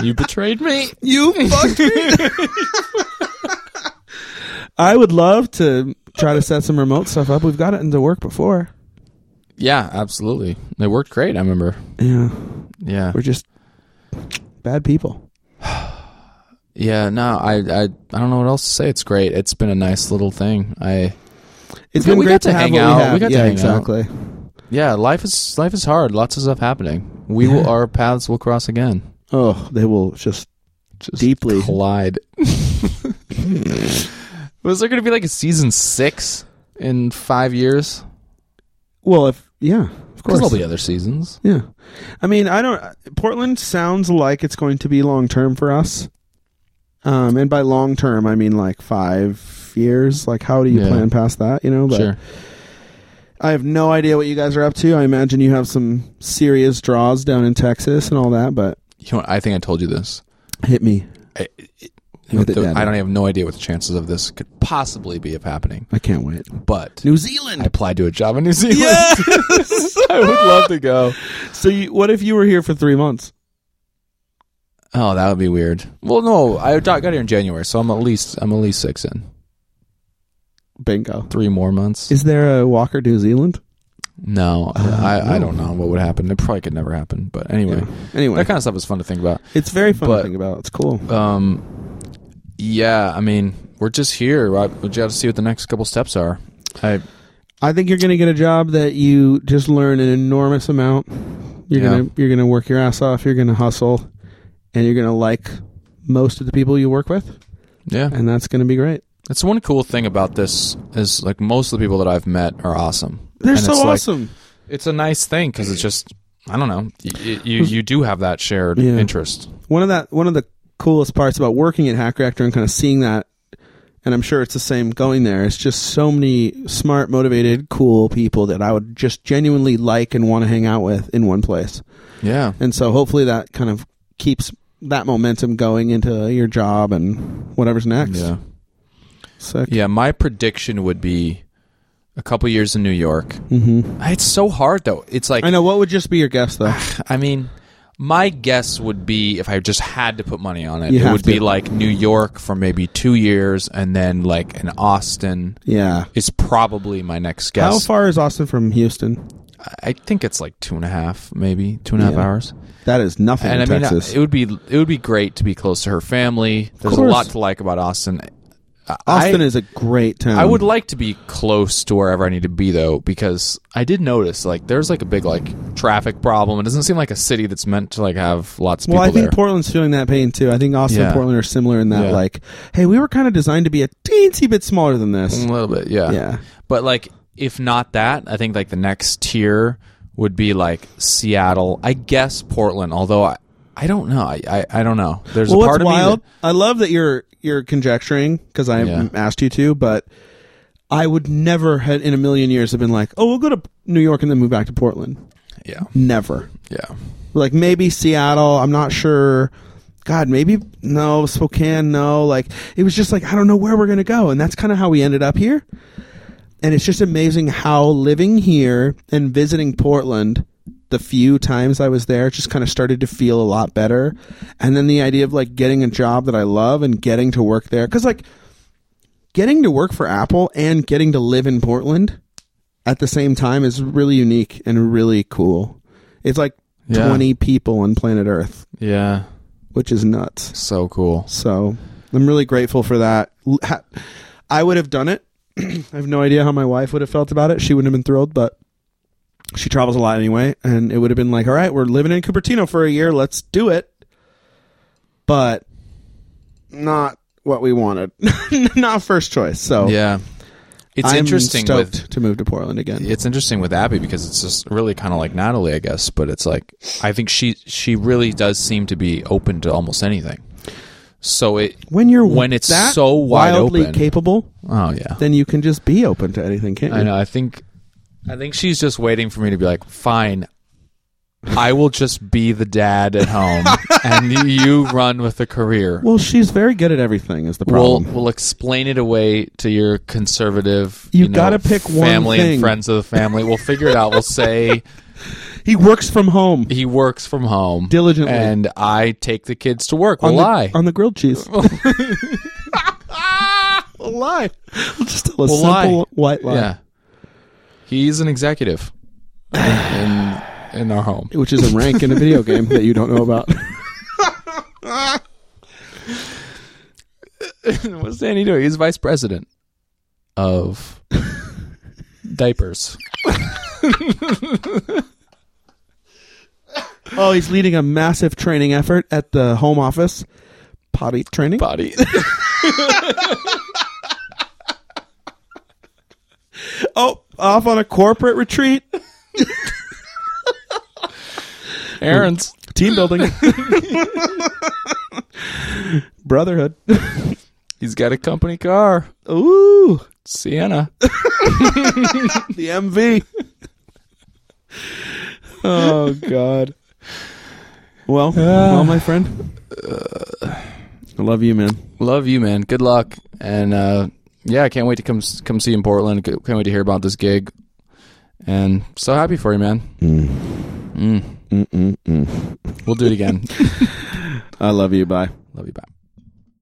Speaker 2: you betrayed me.
Speaker 1: You fucked me. [LAUGHS] I would love to try to set some remote stuff up. We've got it into work before.
Speaker 2: Yeah, absolutely. It worked great, I remember.
Speaker 1: Yeah,
Speaker 2: Yeah.
Speaker 1: we're just bad people.
Speaker 2: Yeah, no, I I I don't know what else to say. It's great. It's been a nice little thing. I
Speaker 1: It's
Speaker 2: Yeah,
Speaker 1: been
Speaker 2: we
Speaker 1: great
Speaker 2: got to
Speaker 1: have
Speaker 2: hang
Speaker 1: what
Speaker 2: out.
Speaker 1: We, have.
Speaker 2: We got to
Speaker 1: yeah,
Speaker 2: hang out.
Speaker 1: exactly.
Speaker 2: Yeah, life is life is hard. Lots of stuff happening. We will our paths will cross again.
Speaker 1: Oh, they will just
Speaker 2: just
Speaker 1: Deeply.
Speaker 2: [LAUGHS] collide. Was there going to be like a season six in five years?
Speaker 1: Well, if yeah, of
Speaker 2: Because
Speaker 1: course.
Speaker 2: there'll be other seasons.
Speaker 1: Yeah. I mean, I don't. Portland sounds like it's going to be long term for us. Um, and by long term, I mean like five years. Like, how do you
Speaker 2: Yeah.
Speaker 1: plan past that? You know, but
Speaker 2: Sure.
Speaker 1: I have no idea what you guys are up to. I imagine you have some serious draws down in Texas and all that, but
Speaker 2: You know, what? I think I told you this.
Speaker 1: hit me.
Speaker 2: I, it-
Speaker 1: With it,
Speaker 2: the-
Speaker 1: Dad.
Speaker 2: I don't have no idea what the chances of this could possibly be of happening,
Speaker 1: I can't wait.
Speaker 2: but
Speaker 1: New
Speaker 2: I
Speaker 1: [LAUGHS] Zealand.
Speaker 2: applied to a job in New Zealand. [LAUGHS] I would love to go.
Speaker 1: So, you, what if you were here for three months?
Speaker 2: Oh, that would be weird. Well, no, I got got here in January, so I'm at least I'm at least six in
Speaker 1: Bingo.
Speaker 2: three more months.
Speaker 1: Is there a Walker New Zealand?
Speaker 2: No,
Speaker 1: Oh,
Speaker 2: I, I don't know what would happen. It probably could never happen. But anyway,
Speaker 1: Anyway,
Speaker 2: that kind of stuff is fun to think about.
Speaker 1: it's very fun to
Speaker 2: but-
Speaker 1: think about. It's cool.
Speaker 2: Um, yeah, I mean, we're just here. right? We just got to see what the next couple steps are. I
Speaker 1: I think you're going to get a job that you just learn an enormous amount. You're
Speaker 2: Yeah.
Speaker 1: gonna you're gonna work your ass off. You're gonna hustle, and you're gonna like most of the people you work with,
Speaker 2: yeah,
Speaker 1: and that's gonna be great.
Speaker 2: that's one cool thing about this is like most of the people that I've met are awesome.
Speaker 1: They're
Speaker 2: And
Speaker 1: so
Speaker 2: it's like-
Speaker 1: awesome.
Speaker 2: it's a nice thing because it's just I don't know. You you, you do have that shared
Speaker 1: Yeah.
Speaker 2: interest.
Speaker 1: one of that one of the coolest parts about working at Hack Reactor and kind of seeing that, and I'm sure it's the same going there. It's just so many smart, motivated, cool people that I would just genuinely like and want to hang out with in one place.
Speaker 2: Yeah,
Speaker 1: And so hopefully that kind of keeps that momentum going into your job and whatever's next.
Speaker 2: yeah.
Speaker 1: Sick.
Speaker 2: Yeah, my prediction would be a couple years in New York.
Speaker 1: hmm
Speaker 2: It's so hard though. It's like
Speaker 1: I know. What would just be your guess
Speaker 2: [SIGHS]
Speaker 1: though?
Speaker 2: I mean, my guess would be if I just had to put money on it,
Speaker 1: You
Speaker 2: it
Speaker 1: have
Speaker 2: would be
Speaker 1: to.
Speaker 2: like New York for maybe 2 years and then like an Austin
Speaker 1: yeah.
Speaker 2: is probably my next
Speaker 1: How
Speaker 2: guess.
Speaker 1: far is Austin from Houston?
Speaker 2: I think it's like two and a half, maybe two and a half
Speaker 1: Yeah.
Speaker 2: hours.
Speaker 1: That is nothing
Speaker 2: And I
Speaker 1: in
Speaker 2: mean,
Speaker 1: Texas.
Speaker 2: it would be it would be great to be close to her family. There's a
Speaker 1: course.
Speaker 2: lot to like about Austin. I-
Speaker 1: Austin
Speaker 2: I-
Speaker 1: is a great town.
Speaker 2: I would like to be close to wherever I need to be though, because I did notice like there's like a big like traffic problem. It doesn't seem like a city that's meant to like have lots of
Speaker 1: Well, I
Speaker 2: people
Speaker 1: think
Speaker 2: there.
Speaker 1: Portland's feeling that pain too. I think Austin and
Speaker 2: Yeah.
Speaker 1: Portland are similar in that,
Speaker 2: Yeah.
Speaker 1: like, hey, we were kind of designed to be a teensy bit smaller than this.
Speaker 2: Mm. a little bit, yeah.
Speaker 1: Yeah.
Speaker 2: But like if not that, I think like the next tier would be like Seattle. I guess Portland, although I, I don't know. I, I, I don't know. There's
Speaker 1: well,
Speaker 2: a
Speaker 1: what's
Speaker 2: part of
Speaker 1: wild?
Speaker 2: me
Speaker 1: I love that you're you're conjecturing because I
Speaker 2: Yeah.
Speaker 1: asked you to, but I would never had in a million years have been like, oh, we'll go to New York and then move back to Portland.
Speaker 2: that, yeah.
Speaker 1: Never.
Speaker 2: Yeah.
Speaker 1: Like maybe Seattle. I'm not sure. God, maybe no Spokane. No, like it was just like I don't know where we're gonna go, and that's kind of how we ended up here. And it's just amazing how living here and visiting Portland the few times I was there just kind of started to feel a lot better. And then the idea of like getting a job that I love and getting to work there cuz like getting to work for Apple and getting to live in Portland at the same time is really unique and really cool. It's like
Speaker 2: Yeah.
Speaker 1: 20 people on planet Earth,
Speaker 2: Yeah.
Speaker 1: which is nuts.
Speaker 2: So cool.
Speaker 1: So I'm really grateful for that. L- ha- I would have done it. [CLEARS THROAT] I have no idea how my wife would have felt about it. She wouldn't have been thrilled, but she travels a lot anyway. And it would have been like, all right, we're living in Cupertino for a year. Let's do it. But not what we wanted. [LAUGHS] not first choice. So
Speaker 2: Yeah. It's
Speaker 1: I'm
Speaker 2: interesting
Speaker 1: stoked
Speaker 2: with
Speaker 1: to move to Portland again.
Speaker 2: it's interesting with Abby because it's just really kind of like Natalie, I guess. But it's like I think she she really does seem to be open to almost anything. So it
Speaker 1: When you're
Speaker 2: when it's
Speaker 1: that
Speaker 2: so wide
Speaker 1: wildly
Speaker 2: open.
Speaker 1: capable,
Speaker 2: oh yeah,
Speaker 1: then you can just be open to anything, can't you?
Speaker 2: I know. I think I think she's just waiting for me to be like, fine, I will just be the dad at
Speaker 1: [LAUGHS]
Speaker 2: home, and you run with the career.
Speaker 1: Well, she's very good at everything. Is the
Speaker 2: We'll
Speaker 1: problem?
Speaker 2: we'll explain it away to your conservative.
Speaker 1: You
Speaker 2: know,
Speaker 1: gotta pick one
Speaker 2: family
Speaker 1: thing.
Speaker 2: and friends of the family. We'll figure it out.
Speaker 1: [LAUGHS]
Speaker 2: We'll say.
Speaker 1: he works from home
Speaker 2: He works from home
Speaker 1: Diligently.
Speaker 2: and I take the kids to work.
Speaker 1: on
Speaker 2: We'll lie.
Speaker 1: the on the grilled [LAUGHS] cheese. we'll lie. We'll just tell a
Speaker 2: We'll
Speaker 1: simple
Speaker 2: lie.
Speaker 1: white lie,
Speaker 2: yeah, he's
Speaker 1: [SIGHS]
Speaker 2: an executive in, in in our home.
Speaker 1: which is a rank in a [LAUGHS] video game that you don't know about. [LAUGHS]
Speaker 2: [LAUGHS] What's Danny doing? He's vice president
Speaker 1: [LAUGHS]
Speaker 2: of diapers.
Speaker 1: oh, he's leading a massive training effort at the home office, potty training.
Speaker 2: [LAUGHS] body.
Speaker 1: Oh, off on a corporate [LAUGHS] retreat,
Speaker 2: Aaron's.
Speaker 1: team building, brotherhood.
Speaker 2: [LAUGHS] He's got a company car.
Speaker 1: Ooh,
Speaker 2: Sienna.
Speaker 1: the MV. [LAUGHS] oh God. Well, well, my friend. [SIGHS] I love you, man.
Speaker 2: Love you, man. Good luck. And uh, yeah, I can't wait to come come see you in Portland. Can't wait to hear about this gig. And so happy for you, man. Mm.
Speaker 1: Mm-mm-mm.
Speaker 2: We'll do it again.
Speaker 1: I love you. Bye.
Speaker 2: Love you. Bye.